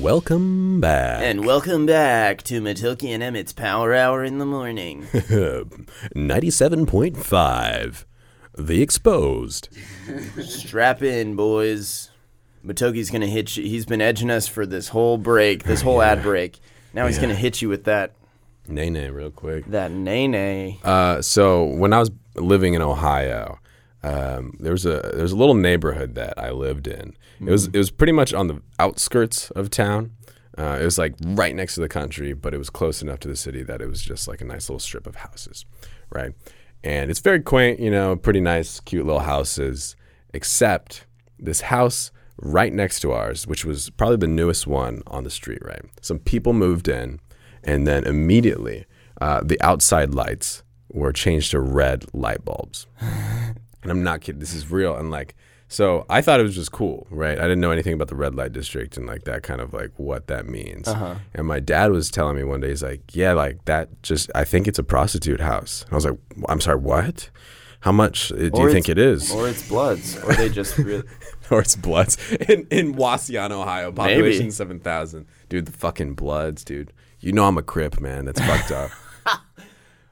[SPEAKER 1] Welcome back.
[SPEAKER 2] and welcome back to Matilki and Emmett's Power Hour in the morning.
[SPEAKER 1] 97.5. The Exposed.
[SPEAKER 2] Strap in, boys. Matoki's gonna hit you. He's been edging us for this whole break, this whole ad break. Now he's gonna hit you with that
[SPEAKER 1] Nay, nay, real quick.
[SPEAKER 2] that nay nay.
[SPEAKER 1] Uh, so when I was living in Ohio, um, there was a there was a little neighborhood that I lived in. It was it was pretty much on the outskirts of town. Uh, it was like right next to the country, but it was close enough to the city that it was just like a nice little strip of houses, right? And it's very quaint, you know, pretty nice, cute little houses. Except this house right next to ours, which was probably the newest one on the street, right? Some people moved in, and then immediately uh, the outside lights were changed to red light bulbs. And I'm not kidding. This is real. And like, so I thought it was just cool, right? I didn't know anything about the red light district and like that kind of like what that means.
[SPEAKER 2] Uh-huh.
[SPEAKER 1] And my dad was telling me one day, he's like, yeah, like that just, I think it's a prostitute house. And I was like, "Wh- I'm sorry, what? How much uh, do you
[SPEAKER 2] Or
[SPEAKER 1] think it
[SPEAKER 2] it's-
[SPEAKER 1] is? Or,
[SPEAKER 2] Or it's bloods, or they just really.
[SPEAKER 1] it's Bloods. In, in Wassian, Ohio, population
[SPEAKER 2] Maybe.
[SPEAKER 1] 7,000. Dude, the fucking Bloods, dude. You know I'm a Crip, man. That's fucked up.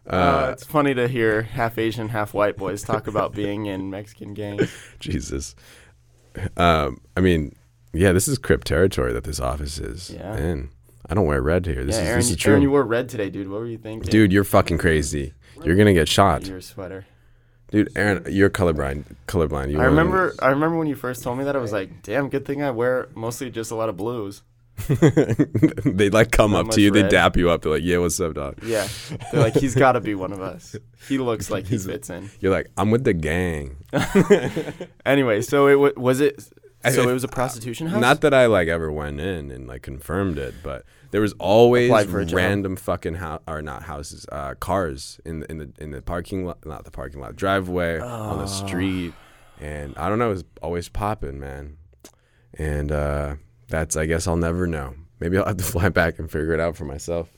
[SPEAKER 2] Uh, it's funny to hear half Asian, half white boys talk about being in Mexican gangs.
[SPEAKER 1] Jesus. Um, I mean, yeah, this is Crip territory that this office is
[SPEAKER 2] Yeah.
[SPEAKER 1] in. I don't wear red here. This
[SPEAKER 2] Yeah,
[SPEAKER 1] is
[SPEAKER 2] Aaron,
[SPEAKER 1] this is true.
[SPEAKER 2] Aaron, you wore red today, dude. What were you thinking?
[SPEAKER 1] Dude, you're fucking crazy. You're gonna get shot,
[SPEAKER 2] your sweater.
[SPEAKER 1] dude. Aaron, you're colorblind. Colorblind. You
[SPEAKER 2] I
[SPEAKER 1] weren't-
[SPEAKER 2] remember. I remember when you first told me that. I was like, "Damn, good thing I wear mostly just a lot of blues."
[SPEAKER 1] they like come
[SPEAKER 2] Not
[SPEAKER 1] up
[SPEAKER 2] much
[SPEAKER 1] to you. They
[SPEAKER 2] red.
[SPEAKER 1] dap you up. They're like, "Yeah, what's up, dog?"
[SPEAKER 2] Yeah, they're like, "He's got to be one of us. He looks like he fits in."
[SPEAKER 1] You're like, "I'm with the gang."
[SPEAKER 2] Anyway, so it w- was it.
[SPEAKER 1] I-
[SPEAKER 2] So it was a prostitution house.
[SPEAKER 1] Not that I like ever went in and like confirmed it, but there was always
[SPEAKER 2] Applied for a job.
[SPEAKER 1] random fucking house or not houses, uh, cars in the in the in the parking lot, not the parking lot, driveway
[SPEAKER 2] Ah.
[SPEAKER 1] on the street, and I don't know, it was always popping, man. And uh, that's I guess I'll never know. Maybe I'll have to fly back and figure it out for myself.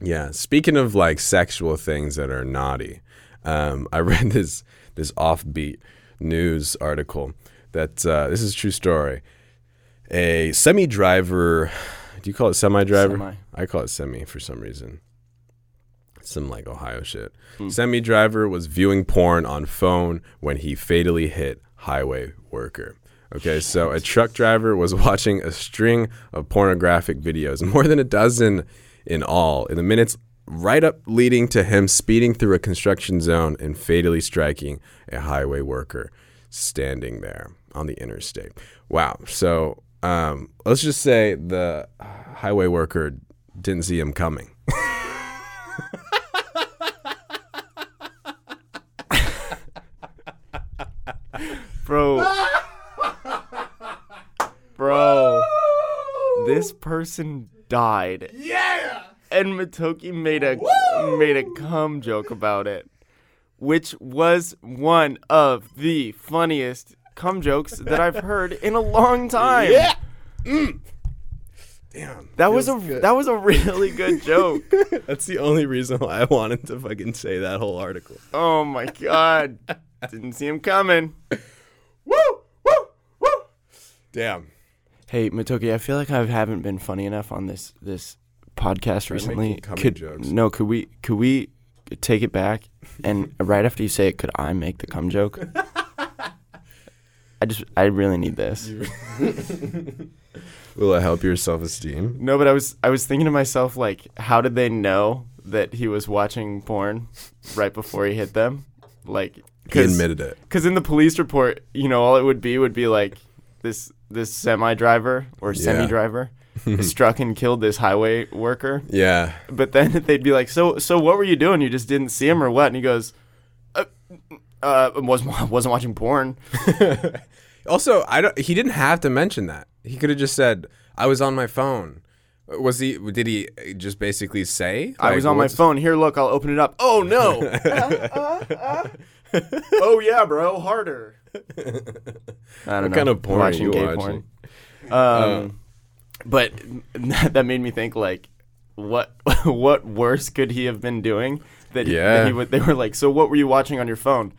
[SPEAKER 1] Yeah. Speaking of like sexual things that are naughty, um, I read this this offbeat news article that uh, this is a true story. A semi driver, do you call it semi driver?
[SPEAKER 2] Semi.
[SPEAKER 1] I call it semi for some reason. Some like Ohio shit. Semi driver was viewing porn on phone when he fatally hit highway worker. Okay, so a truck driver was watching a string of pornographic videos, more than a dozen in all, in the minutes right up leading to him speeding through a construction zone and fatally striking a highway worker standing there on the interstate. Wow. So um, let's just say the highway worker didn't see him coming.
[SPEAKER 2] bro. bro, this person died. Yeah. And Matoki made a made a cum joke about it, which was one of the funniest cum jokes that I've heard in a long time. Yeah.
[SPEAKER 1] Damn.
[SPEAKER 2] That was a that was a really good joke.
[SPEAKER 1] That's the only reason why I wanted to fucking say that whole article.
[SPEAKER 2] oh my god. Didn't see him coming.
[SPEAKER 1] Woo! Woo! Woo! Damn.
[SPEAKER 2] Hey, Matoki, I feel like I haven't been funny enough on this this podcast
[SPEAKER 1] to make
[SPEAKER 2] recently.
[SPEAKER 1] you cum
[SPEAKER 2] Could-
[SPEAKER 1] jokes.
[SPEAKER 2] No, could we could we take it back and right after you say it, could I make the cum joke? I just I really need this.
[SPEAKER 1] Will it help your self esteem?
[SPEAKER 2] No, but I was I was thinking to myself like, how did they know that he was watching porn right before he hit them? Like
[SPEAKER 1] He admitted it.
[SPEAKER 2] Because in the police report, you know, all it would be would be like this this semi driver or semi driver struck and killed this highway worker.
[SPEAKER 1] Yeah.
[SPEAKER 2] But then they'd be like, "So so what were you doing? You just didn't see him or what?" And he goes, "Uh, uh was wasn't watching porn."
[SPEAKER 1] Also, I don't. He didn't have to mention that. He could have just said, "I was on my phone." Was he? Did he just basically say,
[SPEAKER 2] I was on my phone. Here, look, I'll open it up. Oh no! Uh, uh, uh. Oh yeah, bro, harder. I don't know.
[SPEAKER 1] kind of porn are
[SPEAKER 2] watching
[SPEAKER 1] you
[SPEAKER 2] gay
[SPEAKER 1] watching?
[SPEAKER 2] porn. Um, but that made me think like, what what worse could he have been doing? That he- that
[SPEAKER 1] Yeah.
[SPEAKER 2] he would, they were like, so what were you watching on your phone?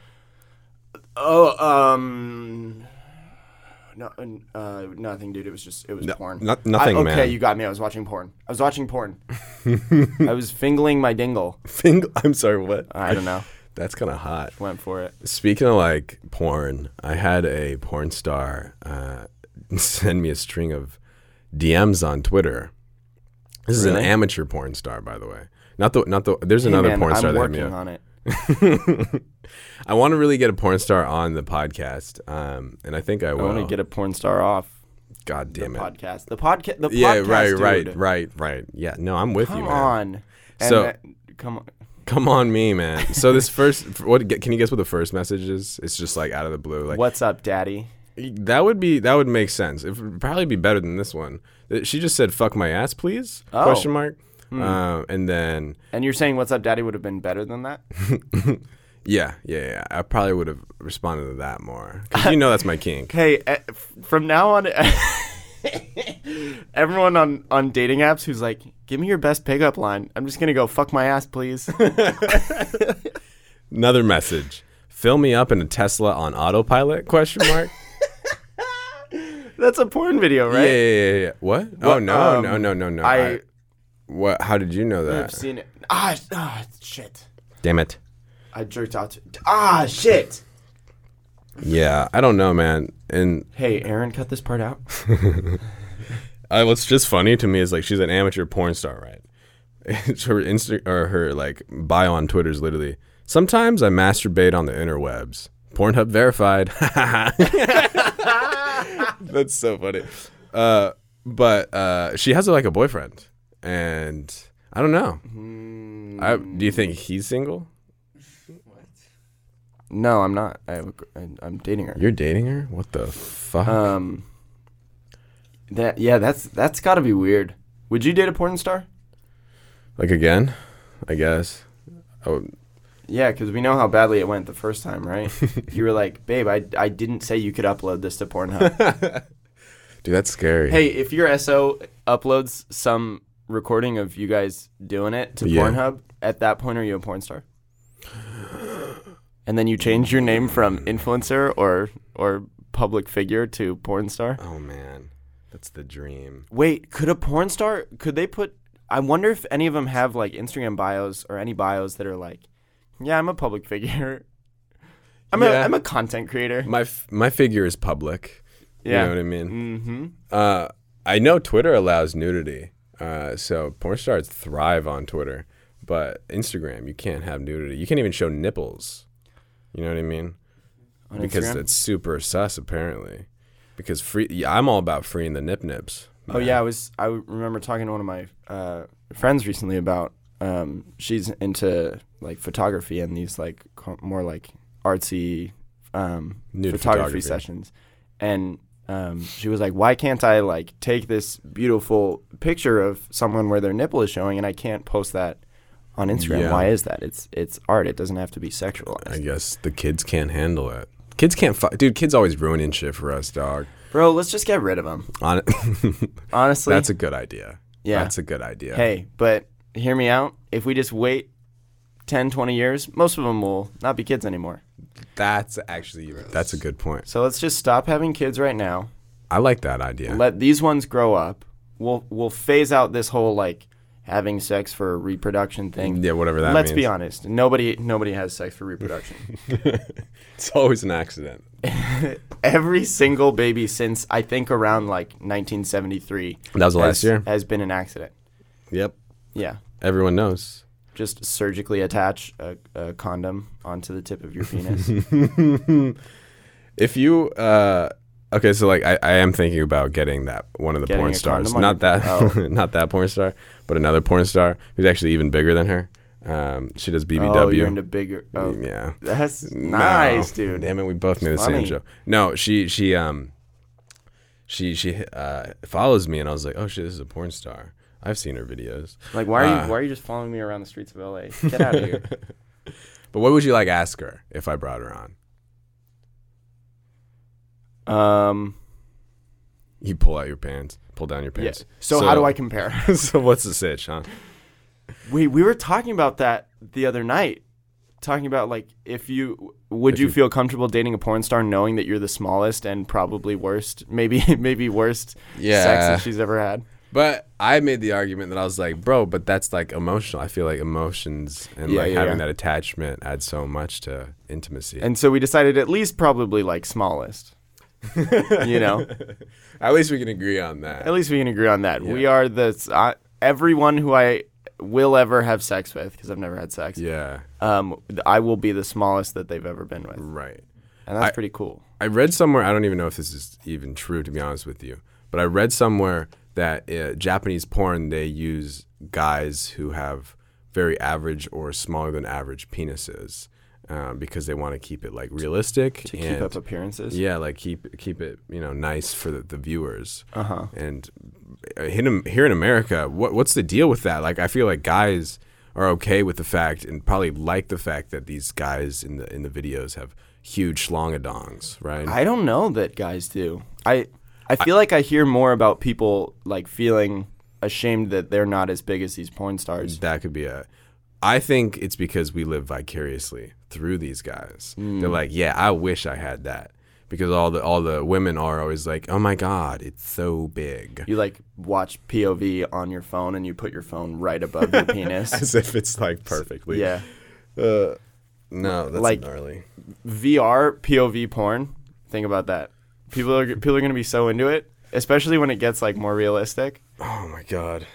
[SPEAKER 2] Oh, um, no, uh, nothing, dude. It was just it was porn.
[SPEAKER 1] no- nothing,
[SPEAKER 2] I, okay,
[SPEAKER 1] man.
[SPEAKER 2] you got me. I was watching porn. I was watching porn. I was fingling my dingle.
[SPEAKER 1] Fing- I'm sorry. What?
[SPEAKER 2] I don't know.
[SPEAKER 1] That's kind of hot.
[SPEAKER 2] Went for it.
[SPEAKER 1] Speaking of like porn, I had a porn star uh, send me a string of DMs on Twitter. This is an
[SPEAKER 2] Really?
[SPEAKER 1] amateur porn star, by the way. Not the not the. There's another
[SPEAKER 2] Hey, man,
[SPEAKER 1] porn star
[SPEAKER 2] I'm
[SPEAKER 1] that hit me
[SPEAKER 2] working
[SPEAKER 1] up.
[SPEAKER 2] on it.
[SPEAKER 1] I want to really get a porn star on the podcast, um, and I think I
[SPEAKER 2] I
[SPEAKER 1] will.
[SPEAKER 2] want to get a porn star off
[SPEAKER 1] God damn it!
[SPEAKER 2] podcast. The podcast. The
[SPEAKER 1] yeah,
[SPEAKER 2] podcast.
[SPEAKER 1] right, right,
[SPEAKER 2] dude.
[SPEAKER 1] right, right. Yeah, no, I'm with you,
[SPEAKER 2] Come
[SPEAKER 1] man.
[SPEAKER 2] on. And
[SPEAKER 1] So-
[SPEAKER 2] that- come on.
[SPEAKER 1] Come on, me, man. So this first, f- what ge- can you guess? What the first message is? It's just like out of the blue. Like
[SPEAKER 2] What's up, Daddy?
[SPEAKER 1] that would be that would make sense. It would probably be better than this one. Uh, She just said "fuck my ass, please?"
[SPEAKER 2] Oh.
[SPEAKER 1] Question mark. Uh, and then
[SPEAKER 2] And you're saying "What's up, Daddy" would have been better than that?
[SPEAKER 1] yeah, yeah, yeah. I probably would have responded to that more. 'Cause you know that's my kink.
[SPEAKER 2] Hey, eh, f- from now on, eh, everyone on on dating apps who's like, "Give me your best pickup line." I'm just gonna go fuck my ass, please.
[SPEAKER 1] Another message. Fill me up in a Tesla on autopilot? Question mark.
[SPEAKER 2] That's a porn video,
[SPEAKER 1] yeah,
[SPEAKER 2] right?
[SPEAKER 1] yeah, yeah, yeah. What? oh no,
[SPEAKER 2] um,
[SPEAKER 1] no, no, no, no.
[SPEAKER 2] I-
[SPEAKER 1] what? How did you know
[SPEAKER 2] I've
[SPEAKER 1] that?
[SPEAKER 2] seen it. Ah, sh- ah, shit.
[SPEAKER 1] Damn it.
[SPEAKER 2] I jerked out. To- ah, shit.
[SPEAKER 1] Yeah, I don't know, man. And
[SPEAKER 2] Hey, Aaron, cut this part out.
[SPEAKER 1] I, what's just funny to me is like she's an amateur porn star, right? It's her Insta or her like bio on Twitter is literally. Sometimes I masturbate on the interwebs. Pornhub verified. That's so funny. Uh, but uh, she has like a boyfriend, and I don't know. I, do you think he's single?
[SPEAKER 2] No, I'm not. I have a, gr- I- I'm dating her.
[SPEAKER 1] You're dating her? What the fuck?
[SPEAKER 2] Um, that yeah, that's that's got to be weird. Would you date a porn star?
[SPEAKER 1] like again? I guess. Oh,
[SPEAKER 2] Yeah, because we know how badly it went the first time, right? you were like, babe, I, I didn't say you could upload this to Pornhub.
[SPEAKER 1] dude, that's scary.
[SPEAKER 2] hey, if your SO uploads some recording of you guys doing it to
[SPEAKER 1] Yeah.
[SPEAKER 2] Pornhub, at that point, are you a porn star? And then you change your name from influencer or or public figure to porn star.
[SPEAKER 1] Oh man, that's the dream.
[SPEAKER 2] Wait, could a porn star? Could they put? I wonder if any of them have like Instagram bios or any bios that are like, yeah, I'm a public figure. I'm
[SPEAKER 1] Yeah.
[SPEAKER 2] a I'm a content creator.
[SPEAKER 1] My f- my figure is public.
[SPEAKER 2] Yeah.
[SPEAKER 1] You know what I mean?
[SPEAKER 2] Mm-hmm.
[SPEAKER 1] Uh, I know Twitter allows nudity, uh, so porn stars thrive on Twitter. But Instagram, you can't have nudity. You can't even show nipples. You know what I mean?
[SPEAKER 2] On
[SPEAKER 1] Because
[SPEAKER 2] Instagram?
[SPEAKER 1] it's super sus, apparently. Because free, yeah, I'm all about freeing the nip nips.
[SPEAKER 2] oh yeah, I was I remember talking to one of my uh, friends recently about um, she's into like photography and these like co- more like artsy um,
[SPEAKER 1] Nude photography.
[SPEAKER 2] photography sessions, and um, she was like, "Why can't I like take this beautiful picture of someone where their nipple is showing and I can't post that on Instagram?
[SPEAKER 1] Yeah.
[SPEAKER 2] Why is that? It's it's art. It doesn't have to be sexualized."
[SPEAKER 1] I guess the kids can't handle it. Kids can't, fu- dude. Kids always ruining shit for us, dog.
[SPEAKER 2] Bro, let's just get rid of them.
[SPEAKER 1] On,
[SPEAKER 2] Honestly,
[SPEAKER 1] that's a good idea.
[SPEAKER 2] Yeah.
[SPEAKER 1] that's a good idea.
[SPEAKER 2] Hey, but hear me out. If we just wait 10, 20 years, most of them will not be kids anymore.
[SPEAKER 1] That's actually that's a good point.
[SPEAKER 2] So let's just stop having kids right now.
[SPEAKER 1] I like that idea.
[SPEAKER 2] Let these ones grow up. We'll we'll phase out this whole like having sex for reproduction thing.
[SPEAKER 1] yeah, whatever that
[SPEAKER 2] let's
[SPEAKER 1] means.
[SPEAKER 2] be honest. Nobody nobody has sex for reproduction.
[SPEAKER 1] It's always an accident.
[SPEAKER 2] Every single baby since I think around like 1973
[SPEAKER 1] That was the last
[SPEAKER 2] has,
[SPEAKER 1] year.
[SPEAKER 2] has been an accident.
[SPEAKER 1] Yep.
[SPEAKER 2] Yeah.
[SPEAKER 1] Everyone knows.
[SPEAKER 2] Just surgically attach a, a condom onto the tip of your penis.
[SPEAKER 1] If you uh okay, so like I, I am thinking about getting that one of the
[SPEAKER 2] Getting
[SPEAKER 1] porn
[SPEAKER 2] a
[SPEAKER 1] stars.
[SPEAKER 2] condom on Oh.
[SPEAKER 1] Not
[SPEAKER 2] your-
[SPEAKER 1] that not that porn star, but another porn star who's actually even bigger than her. Um she does BBW.
[SPEAKER 2] Oh, you're into bigger. Oh,
[SPEAKER 1] yeah.
[SPEAKER 2] That's
[SPEAKER 1] No.
[SPEAKER 2] nice, dude.
[SPEAKER 1] Damn it, we both made the same
[SPEAKER 2] funny.
[SPEAKER 1] joke. No, she she um she she uh follows me and I was like, "Oh shit, this is a porn star." I've seen her videos.
[SPEAKER 2] Like, why
[SPEAKER 1] Uh.
[SPEAKER 2] are you why are you just following me around the streets of LA? Get out of here.
[SPEAKER 1] But what would you like ask her if I brought her on?
[SPEAKER 2] Um,
[SPEAKER 1] You pull out your pants, pull down your
[SPEAKER 2] yeah.
[SPEAKER 1] pants.
[SPEAKER 2] So, how do I compare?
[SPEAKER 1] so what's the sitch, huh?
[SPEAKER 2] Wait, we were talking about that the other night. Talking about like if you would
[SPEAKER 1] If
[SPEAKER 2] you,
[SPEAKER 1] you-
[SPEAKER 2] feel comfortable dating a porn star knowing that you're the smallest and probably worst, maybe maybe worst
[SPEAKER 1] Yeah.
[SPEAKER 2] sex that she's ever had.
[SPEAKER 1] But I made the argument that I was like, bro, but that's like emotional. I feel like emotions and
[SPEAKER 2] Yeah,
[SPEAKER 1] like
[SPEAKER 2] yeah,
[SPEAKER 1] having
[SPEAKER 2] yeah.
[SPEAKER 1] that attachment adds so much to intimacy.
[SPEAKER 2] And so we decided at least probably like smallest. you know,
[SPEAKER 1] At least we can agree on that.
[SPEAKER 2] at least we can agree on that. We are the I, everyone who I will ever have sex with because I've never had sex.
[SPEAKER 1] yeah,
[SPEAKER 2] Um, I will be the smallest that they've ever been with, and
[SPEAKER 1] right.
[SPEAKER 2] that's
[SPEAKER 1] I-
[SPEAKER 2] pretty cool.
[SPEAKER 1] I read somewhere, I don't even know if this is even true, to be honest with you, but I read somewhere that uh, Japanese porn, they use guys who have very average or smaller than average penises um, because they want to keep it like realistic.
[SPEAKER 2] To
[SPEAKER 1] and-
[SPEAKER 2] keep up appearances.
[SPEAKER 1] Yeah, like keep keep it you know nice for the, the viewers. Uh
[SPEAKER 2] Uh-huh.
[SPEAKER 1] huh. And uh, here in, here in America, what what's the deal with that? Like, I feel like guys are okay with the fact and probably like the fact that these guys in the in the videos have huge schlongadongs, right?
[SPEAKER 2] I don't know that guys do. I I feel like I hear more about people like feeling ashamed that they're not as big as these porn stars.
[SPEAKER 1] that could be a. I think it's because we live vicariously through these guys.
[SPEAKER 2] Mm.
[SPEAKER 1] They're like, yeah, I wish I had that. Because all the all the women are always like, oh my god, it's so big.
[SPEAKER 2] You like watch POV on your phone and you put your phone right above your penis.
[SPEAKER 1] As if it's like perfectly. uh,
[SPEAKER 2] Yeah.
[SPEAKER 1] No, that's
[SPEAKER 2] Like-
[SPEAKER 1] gnarly.
[SPEAKER 2] VR POV porn. Think about that. People are people are going to be so into it, especially when it gets like more realistic.
[SPEAKER 1] Oh my god.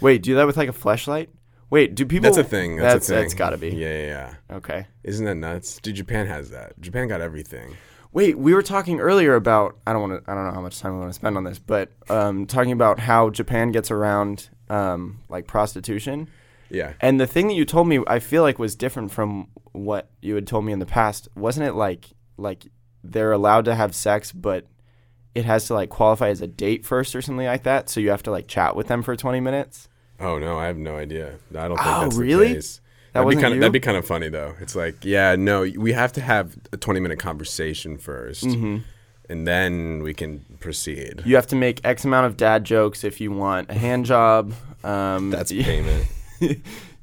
[SPEAKER 2] Wait, do that with like a flashlight? Wait, do people
[SPEAKER 1] That's a thing. That's, a thing.
[SPEAKER 2] That's got to be.
[SPEAKER 1] Yeah, yeah, yeah.
[SPEAKER 2] Okay.
[SPEAKER 1] Isn't that nuts? Dude, Japan has that. Japan got everything.
[SPEAKER 2] Wait, we were talking earlier about I don't want to I don't know how much time we want to spend on this, but um, talking about how Japan gets around um, like prostitution,
[SPEAKER 1] Yeah.
[SPEAKER 2] and the thing that you told me I feel like was different from what you had told me in the past. Wasn't it like like they're allowed to have sex, but it has to like qualify as a date first or something like that? So you have to like chat with them for twenty minutes.
[SPEAKER 1] Oh no, I have no idea. I don't think
[SPEAKER 2] Oh,
[SPEAKER 1] that's
[SPEAKER 2] really?
[SPEAKER 1] the case.
[SPEAKER 2] That
[SPEAKER 1] That'd be
[SPEAKER 2] wasn't
[SPEAKER 1] kind
[SPEAKER 2] you?
[SPEAKER 1] of that'd be kind of funny though. It's like, yeah, no, we have to have a 20-minute conversation 1st And then we can proceed.
[SPEAKER 2] Mm-hmm. You have to make X amount of dad jokes if you want a hand job. Um,
[SPEAKER 1] That's payment.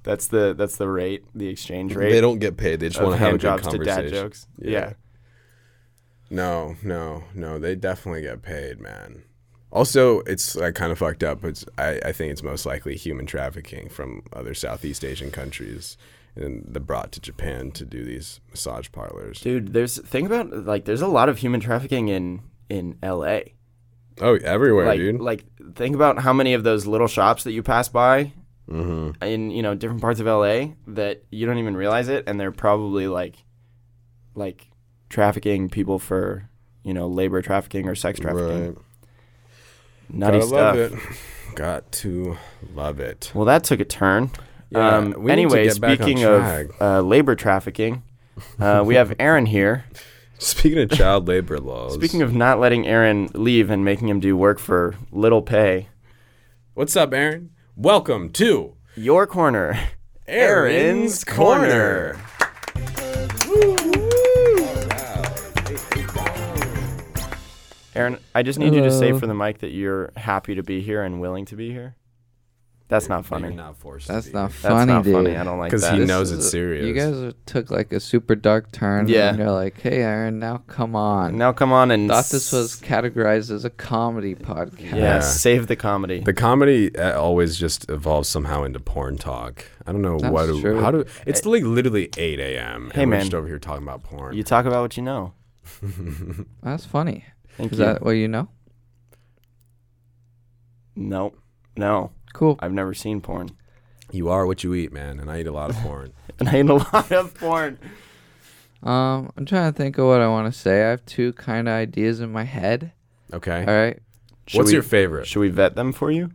[SPEAKER 2] that's the that's the rate, the exchange rate.
[SPEAKER 1] They don't get paid. They just want to
[SPEAKER 2] of
[SPEAKER 1] have a
[SPEAKER 2] hand
[SPEAKER 1] good
[SPEAKER 2] jobs to
[SPEAKER 1] conversation.
[SPEAKER 2] dad jokes. Yeah.
[SPEAKER 1] No, no, no. They definitely get paid, man. Also, it's like kind of fucked up. It's I, I think it's most likely human trafficking from other Southeast Asian countries, and they're brought to Japan to do these massage parlors.
[SPEAKER 2] Dude, there's think about like there's a lot of human trafficking in in LA.
[SPEAKER 1] Oh, everywhere,
[SPEAKER 2] Like
[SPEAKER 1] dude.
[SPEAKER 2] like think about how many of those little shops that you pass by
[SPEAKER 1] Mm-hmm.
[SPEAKER 2] in, you know, different parts of LA that you don't even realize it and they're probably like like trafficking people for, you know, labor trafficking or sex trafficking.
[SPEAKER 1] right.
[SPEAKER 2] Nutty
[SPEAKER 1] Gotta
[SPEAKER 2] stuff.
[SPEAKER 1] love it. Got to love it.
[SPEAKER 2] Well, that took a turn.
[SPEAKER 1] Yeah,
[SPEAKER 2] um,
[SPEAKER 1] we need to
[SPEAKER 2] anyway,
[SPEAKER 1] get back on
[SPEAKER 2] speaking
[SPEAKER 1] track.
[SPEAKER 2] of uh, labor trafficking, uh, we have Aaron here.
[SPEAKER 1] Speaking of child labor laws.
[SPEAKER 2] Speaking of not letting Aaron leave and making him do work for little pay,
[SPEAKER 1] what's up, Aaron? Welcome to
[SPEAKER 2] your corner,
[SPEAKER 1] Aaron's Corner.
[SPEAKER 2] Aaron, I just need you to say for the mic that you're happy to be here and willing to be here. That's not funny.
[SPEAKER 1] Not forced. to
[SPEAKER 5] That's
[SPEAKER 1] be.
[SPEAKER 5] not
[SPEAKER 2] That's
[SPEAKER 5] funny,
[SPEAKER 2] not
[SPEAKER 5] dude.
[SPEAKER 2] funny. I don't like
[SPEAKER 1] 'Cause
[SPEAKER 2] that.
[SPEAKER 1] he
[SPEAKER 5] This
[SPEAKER 1] knows
[SPEAKER 5] is
[SPEAKER 1] it's
[SPEAKER 5] a-
[SPEAKER 1] serious.
[SPEAKER 5] You guys took like a super dark turn.
[SPEAKER 2] Yeah.
[SPEAKER 5] And you're like, hey, Aaron, now come on.
[SPEAKER 2] now come on and
[SPEAKER 5] Thought this
[SPEAKER 2] s-
[SPEAKER 5] was categorized as a comedy podcast.
[SPEAKER 2] yeah, Save the comedy.
[SPEAKER 1] The comedy uh, always just evolves somehow into porn talk. I don't know
[SPEAKER 5] That's
[SPEAKER 1] what. to-
[SPEAKER 5] true.
[SPEAKER 1] How do? It's like literally eight a.m.
[SPEAKER 2] Hey,
[SPEAKER 1] and
[SPEAKER 2] man.
[SPEAKER 1] we're just over here talking about porn.
[SPEAKER 2] you talk about what you know.
[SPEAKER 5] That's funny.
[SPEAKER 2] Thank
[SPEAKER 5] Is
[SPEAKER 2] you.
[SPEAKER 5] that what you know?
[SPEAKER 2] no, no,
[SPEAKER 5] Cool.
[SPEAKER 2] I've never seen porn,
[SPEAKER 1] you are what you eat, man, and I eat a lot of porn.
[SPEAKER 2] and I eat a lot of porn.
[SPEAKER 5] Um, I'm trying to think of what I want to say. I have two kind of ideas in my head.
[SPEAKER 1] Okay.
[SPEAKER 5] All right.
[SPEAKER 2] Should
[SPEAKER 1] What's
[SPEAKER 2] we-
[SPEAKER 1] your favorite?
[SPEAKER 2] Should we vet them for you?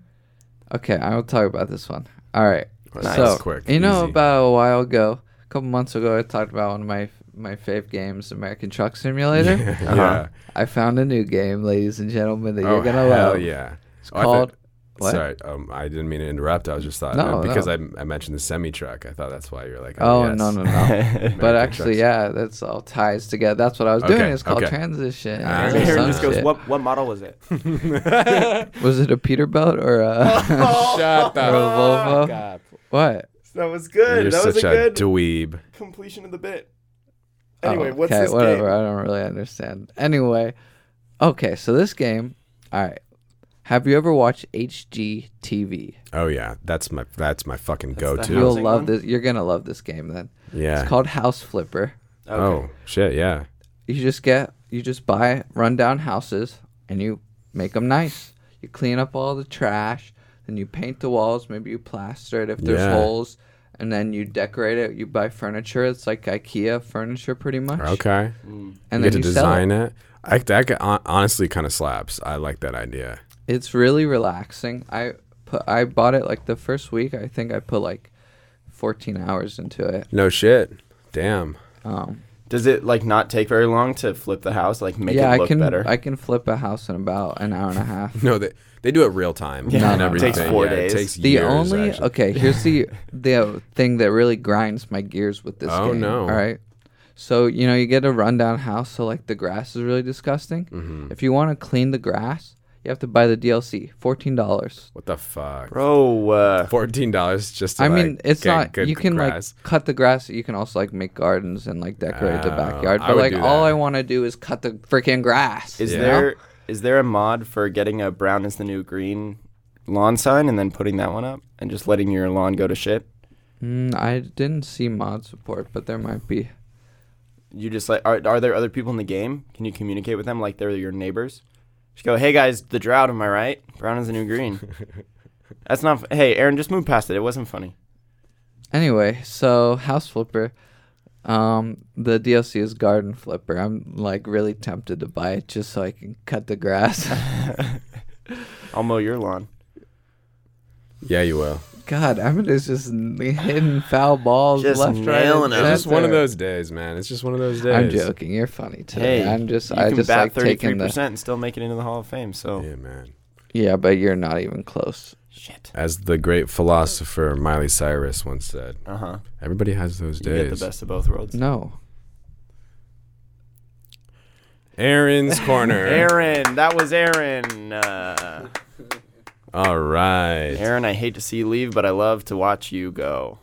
[SPEAKER 5] Okay, I will talk about this one. All right.
[SPEAKER 1] Nice.
[SPEAKER 5] So,
[SPEAKER 1] Quick,
[SPEAKER 5] you know,
[SPEAKER 1] easy.
[SPEAKER 5] about a while ago, a couple months ago, I talked about one of my my fave games, American Truck Simulator.
[SPEAKER 1] Yeah.
[SPEAKER 5] I found a new game, ladies and gentlemen, that
[SPEAKER 1] Oh
[SPEAKER 5] you're gonna
[SPEAKER 1] hell
[SPEAKER 5] love.
[SPEAKER 1] yeah.
[SPEAKER 5] It's
[SPEAKER 1] Oh, I
[SPEAKER 5] called.
[SPEAKER 1] thought-
[SPEAKER 5] what?
[SPEAKER 1] Sorry, um, I didn't mean to interrupt. I was just thought uh,
[SPEAKER 5] No,
[SPEAKER 1] because
[SPEAKER 5] no.
[SPEAKER 1] I, I mentioned the semi truck. I thought that's why you're like. Oh,
[SPEAKER 5] Oh
[SPEAKER 1] yes.
[SPEAKER 5] no no no! but
[SPEAKER 1] American
[SPEAKER 5] actually,
[SPEAKER 1] Trucks.
[SPEAKER 5] yeah, that's all ties together. That's what I was doing.
[SPEAKER 1] Okay,
[SPEAKER 5] It's called
[SPEAKER 1] okay.
[SPEAKER 5] transition.
[SPEAKER 1] Ah,
[SPEAKER 5] or
[SPEAKER 1] okay.
[SPEAKER 5] some
[SPEAKER 2] Aaron just goes,
[SPEAKER 5] shit.
[SPEAKER 2] "What what model was it?"
[SPEAKER 5] Was it a Peterbilt or a,
[SPEAKER 1] Shut the.
[SPEAKER 5] or a Volvo? What?
[SPEAKER 2] that was good.
[SPEAKER 1] You're such a dweeb.
[SPEAKER 2] completion of the bit.
[SPEAKER 5] Oh, okay, whatever. I don't really understand. Anyway, okay, so this game. All right, Have you ever watched HGTV?
[SPEAKER 1] Oh yeah, that's my that's my fucking go
[SPEAKER 2] the
[SPEAKER 1] to.
[SPEAKER 2] house.
[SPEAKER 5] You'll
[SPEAKER 2] Housing
[SPEAKER 5] love
[SPEAKER 2] one?
[SPEAKER 5] this. You're gonna love this game then.
[SPEAKER 1] Yeah.
[SPEAKER 5] It's called House Flipper.
[SPEAKER 1] Oh shit, yeah.
[SPEAKER 5] You just get you just buy rundown houses and you make them nice. You clean up all the trash, then you paint the walls. Maybe you plaster it if there's
[SPEAKER 1] Yeah.
[SPEAKER 5] holes, and then you decorate it. You buy furniture. It's like IKEA furniture, pretty much.
[SPEAKER 1] Okay.
[SPEAKER 5] And
[SPEAKER 1] you
[SPEAKER 5] then
[SPEAKER 1] get to
[SPEAKER 5] you
[SPEAKER 1] design
[SPEAKER 5] sell it.
[SPEAKER 1] it. I, that g- hon- honestly kind of slaps. I like that idea.
[SPEAKER 5] It's really relaxing. I put I bought it like the first week. I think I put like 14 hours into it.
[SPEAKER 1] No shit. Damn.
[SPEAKER 5] Um,
[SPEAKER 2] Does it like not take very long to flip the house? Like make
[SPEAKER 5] yeah,
[SPEAKER 2] it look
[SPEAKER 5] I can
[SPEAKER 2] better.
[SPEAKER 5] I can flip a house in about an hour and a half.
[SPEAKER 1] No, they they do it real time.
[SPEAKER 2] Yeah,
[SPEAKER 1] and
[SPEAKER 5] no, no, no.
[SPEAKER 1] everything.
[SPEAKER 2] Takes four
[SPEAKER 1] Yeah, it
[SPEAKER 2] days.
[SPEAKER 1] takes
[SPEAKER 5] The
[SPEAKER 1] years,
[SPEAKER 5] only
[SPEAKER 1] actually.
[SPEAKER 5] okay, here's the the thing that really grinds my gears with this
[SPEAKER 1] Oh,
[SPEAKER 5] game.
[SPEAKER 1] no.
[SPEAKER 5] All right. So, you know, you get a rundown house, so like the grass is really disgusting.
[SPEAKER 1] Mm-hmm.
[SPEAKER 5] If you want to clean the grass, you have to buy the DLC, fourteen dollars.
[SPEAKER 1] What the fuck?
[SPEAKER 2] Bro, uh,
[SPEAKER 1] Fourteen dollars just. To,
[SPEAKER 5] I mean,
[SPEAKER 1] like,
[SPEAKER 5] it's
[SPEAKER 1] get
[SPEAKER 5] not
[SPEAKER 1] good
[SPEAKER 5] you can
[SPEAKER 1] grass.
[SPEAKER 5] like cut the grass. You can also like make gardens and like decorate the
[SPEAKER 1] Oh,
[SPEAKER 5] backyard.
[SPEAKER 1] I
[SPEAKER 5] But
[SPEAKER 1] would
[SPEAKER 5] like
[SPEAKER 1] do
[SPEAKER 5] all
[SPEAKER 1] that.
[SPEAKER 5] I want to do is cut the freaking grass.
[SPEAKER 2] is
[SPEAKER 1] Yeah.
[SPEAKER 2] there is there a mod for getting a brown is the new green lawn sign and then putting that one up and just letting your lawn go to shit?
[SPEAKER 5] Mm, I didn't see mod support, but there might be.
[SPEAKER 2] You just like are, are there other people in the game? Can you communicate with them like they're your neighbors? Just go, hey guys, the drought. Am I right? Brown is the new green. That's not. f- Hey, Aaron, just move past it. It wasn't funny.
[SPEAKER 5] Anyway, so House Flipper, um, the DLC is Garden Flipper. I'm like really tempted to buy it just so I can cut the grass.
[SPEAKER 2] I'll mow your lawn.
[SPEAKER 1] Yeah, you will.
[SPEAKER 5] God, I mean, it's just n- hitting foul balls
[SPEAKER 2] Just
[SPEAKER 5] left, right,
[SPEAKER 2] nailing
[SPEAKER 5] and
[SPEAKER 2] it.
[SPEAKER 1] It's just one of
[SPEAKER 5] center.
[SPEAKER 1] those days, man. It's just one of those days.
[SPEAKER 5] I'm joking. You're funny today.
[SPEAKER 2] Hey,
[SPEAKER 5] I'm just,
[SPEAKER 2] you
[SPEAKER 5] I
[SPEAKER 2] can
[SPEAKER 5] just
[SPEAKER 2] bat
[SPEAKER 5] like taking the.
[SPEAKER 2] percent and still make it into the Hall of Fame. So
[SPEAKER 1] Yeah, man.
[SPEAKER 5] Yeah, but you're not even close.
[SPEAKER 2] shit.
[SPEAKER 1] As the great philosopher Miley Cyrus once said,
[SPEAKER 2] Uh huh.
[SPEAKER 1] everybody has those
[SPEAKER 2] You
[SPEAKER 1] days.
[SPEAKER 2] get the best of both worlds.
[SPEAKER 5] No.
[SPEAKER 1] Aaron's corner.
[SPEAKER 2] Aaron, that was Aaron. Uh,
[SPEAKER 1] All right.
[SPEAKER 2] Aaron, I hate to see you leave, but I love to watch you go.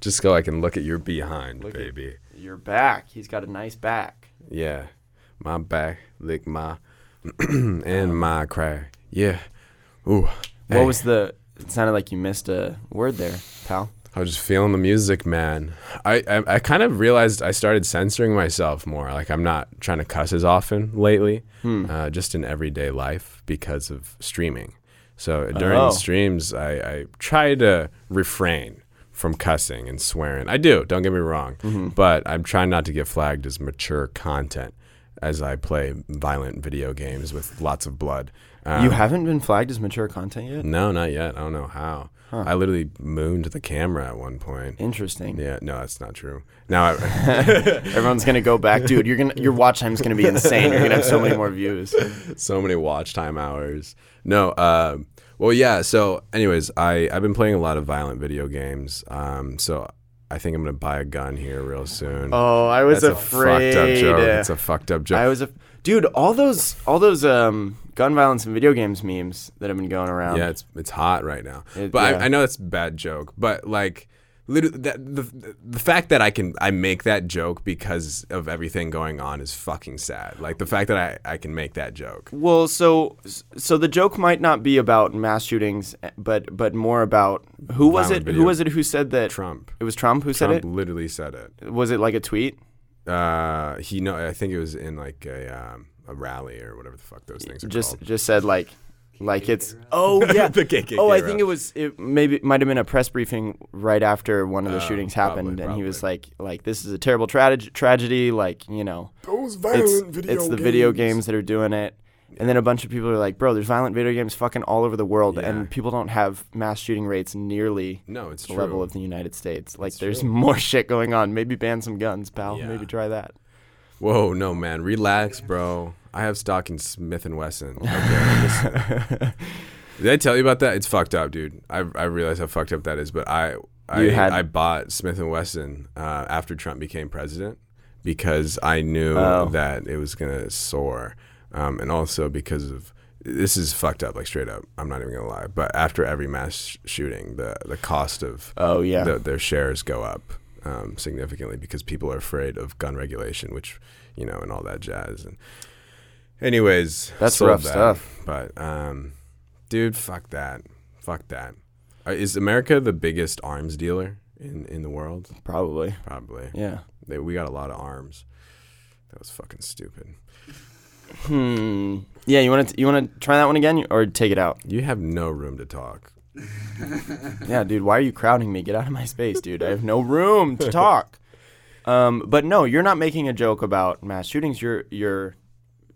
[SPEAKER 1] Just go. I can look at your behind, baby.
[SPEAKER 2] You're back. He's got a nice back.
[SPEAKER 1] Yeah. My back, lick my, and my crack. Yeah. Ooh.
[SPEAKER 2] What was the? It sounded like you missed a word there, pal.
[SPEAKER 1] I was just feeling the music, man. I, I, I kind of realized I started censoring myself more. Like I'm not trying to cuss as often lately,
[SPEAKER 2] Hmm.
[SPEAKER 1] uh, just in everyday life because of streaming. So during
[SPEAKER 2] Oh.
[SPEAKER 1] streams, I, I try to refrain from cussing and swearing. I do. Don't get me wrong,
[SPEAKER 2] Mm-hmm.
[SPEAKER 1] but I'm trying not to get flagged as mature content as I play violent video games with lots of blood. Um,
[SPEAKER 2] You haven't been flagged as mature content yet.
[SPEAKER 1] no, not yet. I don't know how. I literally mooned the camera at one point.
[SPEAKER 2] Interesting.
[SPEAKER 1] Yeah, no, that's not true. Now, I,
[SPEAKER 2] Everyone's gonna go back, dude. You're gonna your watch time's gonna be insane. You're gonna have so many more views.
[SPEAKER 1] so many watch time hours. No, uh, well, yeah. So, anyways, I I've been playing a lot of violent video games. Um, so I think I'm gonna buy a gun here real soon.
[SPEAKER 2] Oh, I was
[SPEAKER 1] that's a
[SPEAKER 2] afraid.
[SPEAKER 1] fucked up joke. That's a fucked up joke.
[SPEAKER 2] I was a dude. All those all those um gun violence and video games memes that have been going around.
[SPEAKER 1] yeah, it's it's hot right now.
[SPEAKER 2] It-
[SPEAKER 1] but
[SPEAKER 2] yeah.
[SPEAKER 1] I, I know it's a bad joke. But like, literally, that, the the fact that I can I make that joke because of everything going on is fucking sad. Like the fact that I I can make that joke.
[SPEAKER 2] Well, so so the joke might not be about mass shootings, but but more about who was
[SPEAKER 1] Violent
[SPEAKER 2] it?
[SPEAKER 1] video.
[SPEAKER 2] Who was it who said that?
[SPEAKER 1] Trump.
[SPEAKER 2] It was Trump who
[SPEAKER 1] Trump
[SPEAKER 2] said
[SPEAKER 1] literally said it.
[SPEAKER 2] it. Was it like a tweet?
[SPEAKER 1] Uh, he no, I think it was in like a um, a rally or whatever the fuck those things are
[SPEAKER 2] Just
[SPEAKER 1] called.
[SPEAKER 2] just said like like it's oh yeah
[SPEAKER 1] The KKK
[SPEAKER 2] oh I
[SPEAKER 1] route.
[SPEAKER 2] think it was it maybe it might have been a press briefing right after one of the shootings happened
[SPEAKER 1] Oh, probably,
[SPEAKER 2] and he was like like this is a terrible trage- tragedy like you know
[SPEAKER 1] Those
[SPEAKER 2] it's, it's the video games that are doing it. And then a bunch of people are like, bro, there's violent video games fucking all over the world,
[SPEAKER 1] Yeah.
[SPEAKER 2] and people don't have mass shooting rates nearly
[SPEAKER 1] No, it's
[SPEAKER 2] the
[SPEAKER 1] true.
[SPEAKER 2] level of the United States. Like, there's more shit going on. Maybe ban some guns, pal.
[SPEAKER 1] Yeah.
[SPEAKER 2] Maybe try that.
[SPEAKER 1] Whoa, no man, relax, bro. I have stock in Smith and Wesson. Okay, listen. Did I tell you about that? It's fucked up, dude. I I realize how fucked up that is, but I I,
[SPEAKER 2] You had-
[SPEAKER 1] I bought Smith and Wesson uh, after Trump became president because I knew
[SPEAKER 2] Oh.
[SPEAKER 1] that it was gonna soar, um, and also because of this is fucked up, like straight up. I'm not even gonna lie, but after every mass sh- shooting, the the cost of
[SPEAKER 2] Oh, yeah.
[SPEAKER 1] the, their shares go up um, significantly because people are afraid of gun regulation, which you know, and all that jazz. And Anyways,
[SPEAKER 2] That's
[SPEAKER 1] sold
[SPEAKER 2] rough
[SPEAKER 1] that.
[SPEAKER 2] stuff.
[SPEAKER 1] But um, dude, fuck that, fuck that. Uh, is America the biggest arms dealer in in the world?
[SPEAKER 2] Probably.
[SPEAKER 1] Probably.
[SPEAKER 2] Yeah.
[SPEAKER 1] They, we got a lot of arms. That was fucking stupid.
[SPEAKER 2] Hmm. Yeah, you want to you want to try that one again or take it out?
[SPEAKER 1] You have no room to talk.
[SPEAKER 2] Yeah, dude, why are you crowding me? Get out of my space, dude. I have no room to talk. Um, but no, you're not making a joke about mass shootings. You're you're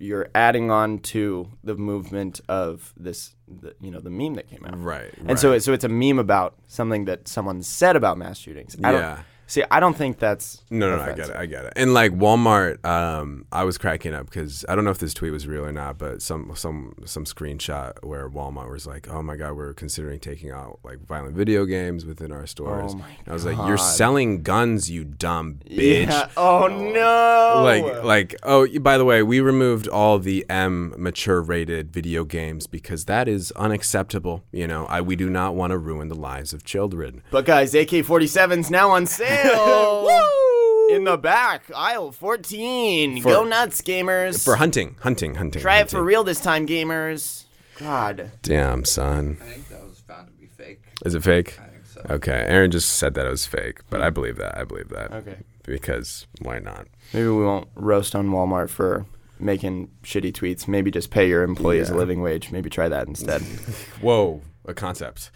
[SPEAKER 2] you're adding on to the movement of this, the, you know, the meme that came out.
[SPEAKER 1] Right.
[SPEAKER 2] And so, it, so it's a meme about something that someone said about mass shootings. I
[SPEAKER 1] Yeah.
[SPEAKER 2] Don't, see, I don't think that's
[SPEAKER 1] No, no, no I get it. I get it. And like Walmart, um, I was cracking up because I don't know if this tweet was real or not, but some some some screenshot where Walmart was like, "Oh my god, we're considering taking out like violent video games within our stores."
[SPEAKER 2] Oh my
[SPEAKER 1] And I was like, "You're selling guns, you dumb bitch."
[SPEAKER 2] Yeah. Oh no.
[SPEAKER 1] Like, like, oh, y- by the way, we removed all the M mature rated video games because that is unacceptable. You know, I, we do not want to ruin the lives of children.
[SPEAKER 2] But guys, AK-47's now on sale. Woo! In the back, aisle 14.
[SPEAKER 1] For-
[SPEAKER 2] Go nuts, gamers.
[SPEAKER 1] For hunting, hunting, hunting.
[SPEAKER 2] Try it for
[SPEAKER 1] hunting.
[SPEAKER 2] real this time, gamers. God.
[SPEAKER 1] Damn, son.
[SPEAKER 5] I think that was found to be fake.
[SPEAKER 1] Is it fake?
[SPEAKER 5] I think so.
[SPEAKER 1] Okay, Aaron just said that it was fake, but I believe that. I believe that.
[SPEAKER 2] Okay.
[SPEAKER 1] Because why not?
[SPEAKER 2] Maybe we won't roast on Walmart for making shitty tweets. Maybe just pay your employees a living wage. Maybe try that instead.
[SPEAKER 1] Whoa, a concept.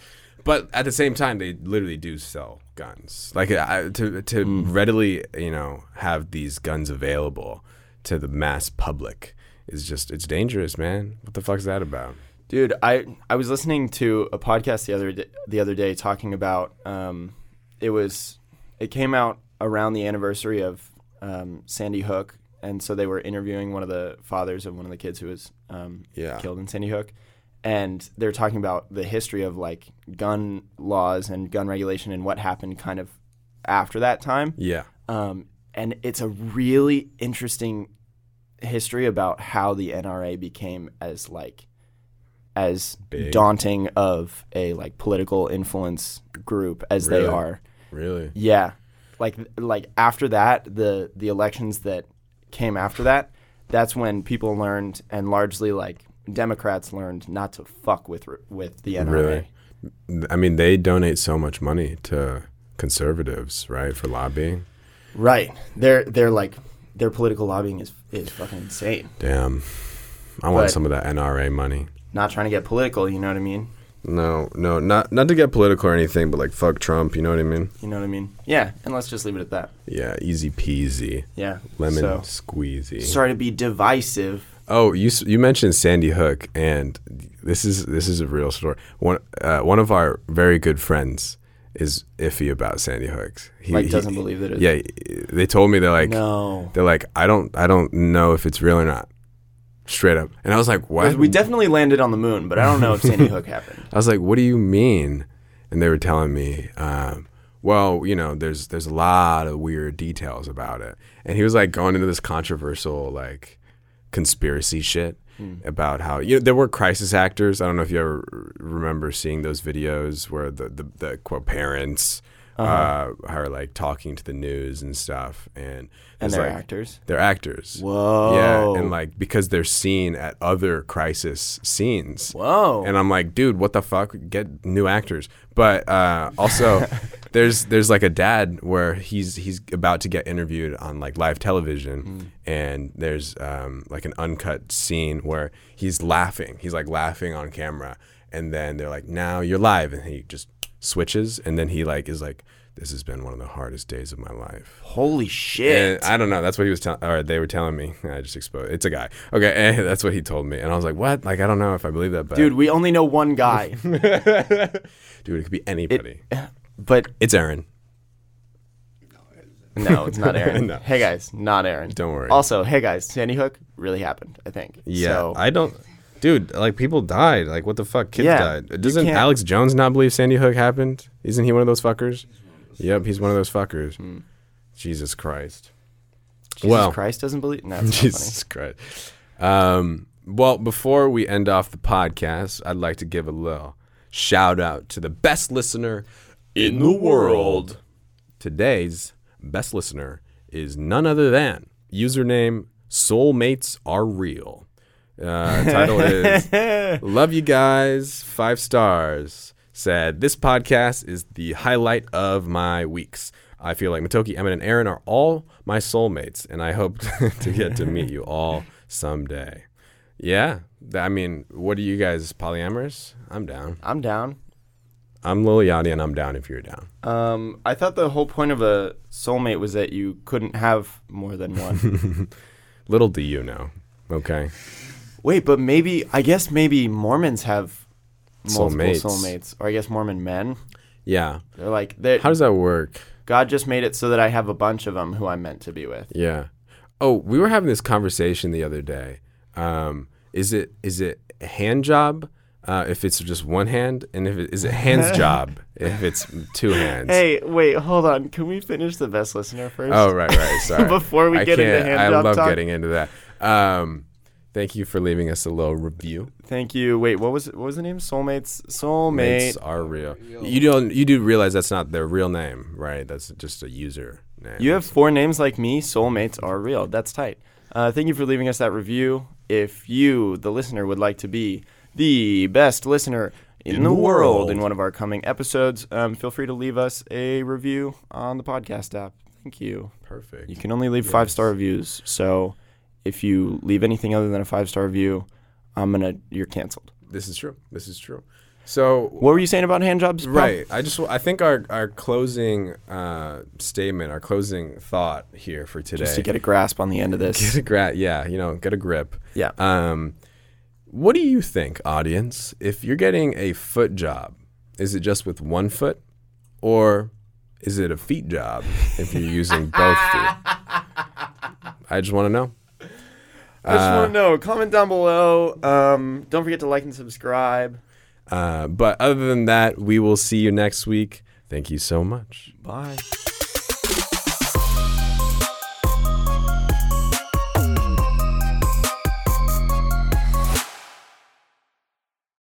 [SPEAKER 1] But at the same time, they literally do sell guns. Like I, to to readily, you know, have these guns available to the mass public is just it's dangerous, man. What the fuck's that about?
[SPEAKER 2] Dude, I I was listening to a podcast the other day, the other day talking about um, it was it came out around the anniversary of um, Sandy Hook, and so they were interviewing one of the fathers of one of the kids who was um,
[SPEAKER 1] Yeah.
[SPEAKER 2] killed in Sandy Hook, and they're talking about the history of like gun laws and gun regulation and what happened kind of after that time.
[SPEAKER 1] Yeah.
[SPEAKER 2] Um, and it's a really interesting history about how the NRA became as like as
[SPEAKER 1] Big.
[SPEAKER 2] daunting of a like political influence group as
[SPEAKER 1] Really?
[SPEAKER 2] they are.
[SPEAKER 1] Really?
[SPEAKER 2] Yeah. Like like after that, the the elections that came after that, that's when people learned and largely like Democrats learned not to fuck with with the NRA.
[SPEAKER 1] Really? I mean, they donate so much money to conservatives, right, for lobbying.
[SPEAKER 2] Right. They're they're like their political lobbying is is fucking insane.
[SPEAKER 1] Damn. I want
[SPEAKER 2] But-
[SPEAKER 1] some of that NRA money.
[SPEAKER 2] Not trying to get political, you know what I mean?
[SPEAKER 1] No, no, not not to get political or anything, but like fuck Trump, you know what I mean?
[SPEAKER 2] You know what I mean? Yeah, and let's just leave it at that.
[SPEAKER 1] Yeah, easy peasy.
[SPEAKER 2] Yeah.
[SPEAKER 1] Lemon
[SPEAKER 2] So,
[SPEAKER 1] squeezy.
[SPEAKER 2] sorry to be divisive.
[SPEAKER 1] Oh, you s- you mentioned Sandy Hook, and this is this is a real story. One uh, one of our very good friends is iffy about Sandy Hook. He
[SPEAKER 2] Like, doesn't believe that it's-
[SPEAKER 1] Yeah, they told me they're like
[SPEAKER 2] No.
[SPEAKER 1] they're like I don't I don't know if it's real or not. Straight up, and I was like, what?
[SPEAKER 2] We definitely landed on the moon, but I don't know if Sandy Hook happened.
[SPEAKER 1] I was like, "What do you mean?" And they were telling me, um, "Well, you know, there's there's a lot of weird details about it." And he was like going into this controversial like conspiracy shit
[SPEAKER 2] Hmm.
[SPEAKER 1] about how you know there were crisis actors. I don't know if you ever r- remember seeing those videos where the the, the quote parents.
[SPEAKER 2] Uh-huh.
[SPEAKER 1] uh are like talking to the news and stuff, and
[SPEAKER 2] And
[SPEAKER 1] it's
[SPEAKER 2] they're
[SPEAKER 1] like-
[SPEAKER 2] actors.
[SPEAKER 1] They're actors.
[SPEAKER 2] Whoa.
[SPEAKER 1] Yeah, and like because they're seen at other crisis scenes.
[SPEAKER 2] Whoa.
[SPEAKER 1] And I'm like, dude, what the fuck? Get new actors. But uh, also, there's there's like a dad where he's he's about to get interviewed on like live
[SPEAKER 2] Mm.
[SPEAKER 1] television, and there's um, like an uncut scene where he's laughing. He's like laughing on camera, and then they're like, now you're live, and he just switches, and then he like is like, this has been one of the hardest days of my life.
[SPEAKER 2] Holy shit.
[SPEAKER 1] And I don't know. That's what he was telling, or they were telling me. I just exposed. It's a guy. Okay, and that's what he told me, and I was like, "What? Like, I don't know if I believe that." But
[SPEAKER 2] Dude, we only know one guy.
[SPEAKER 1] dude, it could be anybody.
[SPEAKER 2] but
[SPEAKER 1] it's Aaron.
[SPEAKER 2] no, it's not Aaron.
[SPEAKER 1] No.
[SPEAKER 2] Hey guys, not Aaron.
[SPEAKER 1] Don't worry.
[SPEAKER 2] Also, hey guys, Sandy Hook really happened, I think.
[SPEAKER 1] Yeah,
[SPEAKER 2] So,
[SPEAKER 1] I don't. Dude, like people died. Like, what the fuck? Kids
[SPEAKER 2] Yeah, you
[SPEAKER 1] died. Doesn't
[SPEAKER 2] can't-
[SPEAKER 1] Alex Jones not believe Sandy Hook happened? Isn't he one of those fuckers? Yep, he's one of those Hmm. fuckers. Jesus Christ.
[SPEAKER 2] Jesus
[SPEAKER 1] well-
[SPEAKER 2] Christ doesn't believe. No, that's not funny.
[SPEAKER 1] Jesus Christ. Um, well, before we end off the podcast, I'd like to give a little shout out to the best listener in the world. Today's best listener is none other than username Soulmates Are Real. Uh, title is Love You Guys, Five Stars. Said, This podcast is the highlight of my weeks. I feel like Matoki, Emmett, and Aaron are all my soulmates, and I hope to get to meet you all someday. Yeah. th- I mean, what are you guys, polyamorous? I'm down.
[SPEAKER 2] I'm down.
[SPEAKER 1] I'm Lil Yachty, and I'm down if you're down.
[SPEAKER 2] Um, I thought the whole point of a soulmate was that you couldn't have more than one.
[SPEAKER 1] Little do you know. Okay.
[SPEAKER 2] Wait, but maybe I guess maybe Mormons have multiple
[SPEAKER 1] Soulmates.
[SPEAKER 2] soulmates, or I guess Mormon men.
[SPEAKER 1] Yeah.
[SPEAKER 2] They're like, they
[SPEAKER 1] How does that work?
[SPEAKER 2] God just made it so that I have a bunch of them who I'm meant to be with.
[SPEAKER 1] Yeah. Oh, we were having this conversation the other day. Um, is it is it hand job uh, if it's just one hand, and if it, is it hands job if it's two hands?
[SPEAKER 2] Hey, wait, hold on. Can we finish the best listener first?
[SPEAKER 1] Oh right, right. Sorry.
[SPEAKER 2] Before we
[SPEAKER 1] I
[SPEAKER 2] get into
[SPEAKER 1] can't-
[SPEAKER 2] hand
[SPEAKER 1] I
[SPEAKER 2] job
[SPEAKER 1] love
[SPEAKER 2] talk.
[SPEAKER 1] getting into that. Um, thank you for leaving us a little review.
[SPEAKER 2] Thank you. Wait, what was what was the name? Soulmates. Soulmate.
[SPEAKER 1] Mates are real. You don't. You do realize that's not their real name, right? That's just a user name.
[SPEAKER 2] You have four names like me. Soulmates are real. That's tight. Uh, thank you for leaving us that review. If you, the listener, would like to be the best listener in, the,
[SPEAKER 1] the
[SPEAKER 2] world.
[SPEAKER 1] world.
[SPEAKER 2] in one of our coming episodes, um, feel free to leave us a review on the podcast app. Thank you.
[SPEAKER 1] perfect.
[SPEAKER 2] You can only leave five star reviews. So if you leave anything other than a five star review, I'm gonna you're canceled.
[SPEAKER 1] This is true. This is true. So
[SPEAKER 2] What were you saying about hand jobs? Pop?
[SPEAKER 1] Right. I just I think our our closing uh, statement, our closing thought here for today.
[SPEAKER 2] Just to get a grasp on the end of
[SPEAKER 1] get
[SPEAKER 2] this.
[SPEAKER 1] a gra- yeah, you know, get a grip.
[SPEAKER 2] Yeah.
[SPEAKER 1] Um, what do you think, audience? If you're getting a foot job, is it just with one foot, or is it a feet job if you're using both feet? I just want to know.
[SPEAKER 2] I just want to know. Comment down below. Um, don't forget to like and subscribe.
[SPEAKER 1] Uh, but other than that, we will see you next week. Thank you so much.
[SPEAKER 2] Bye.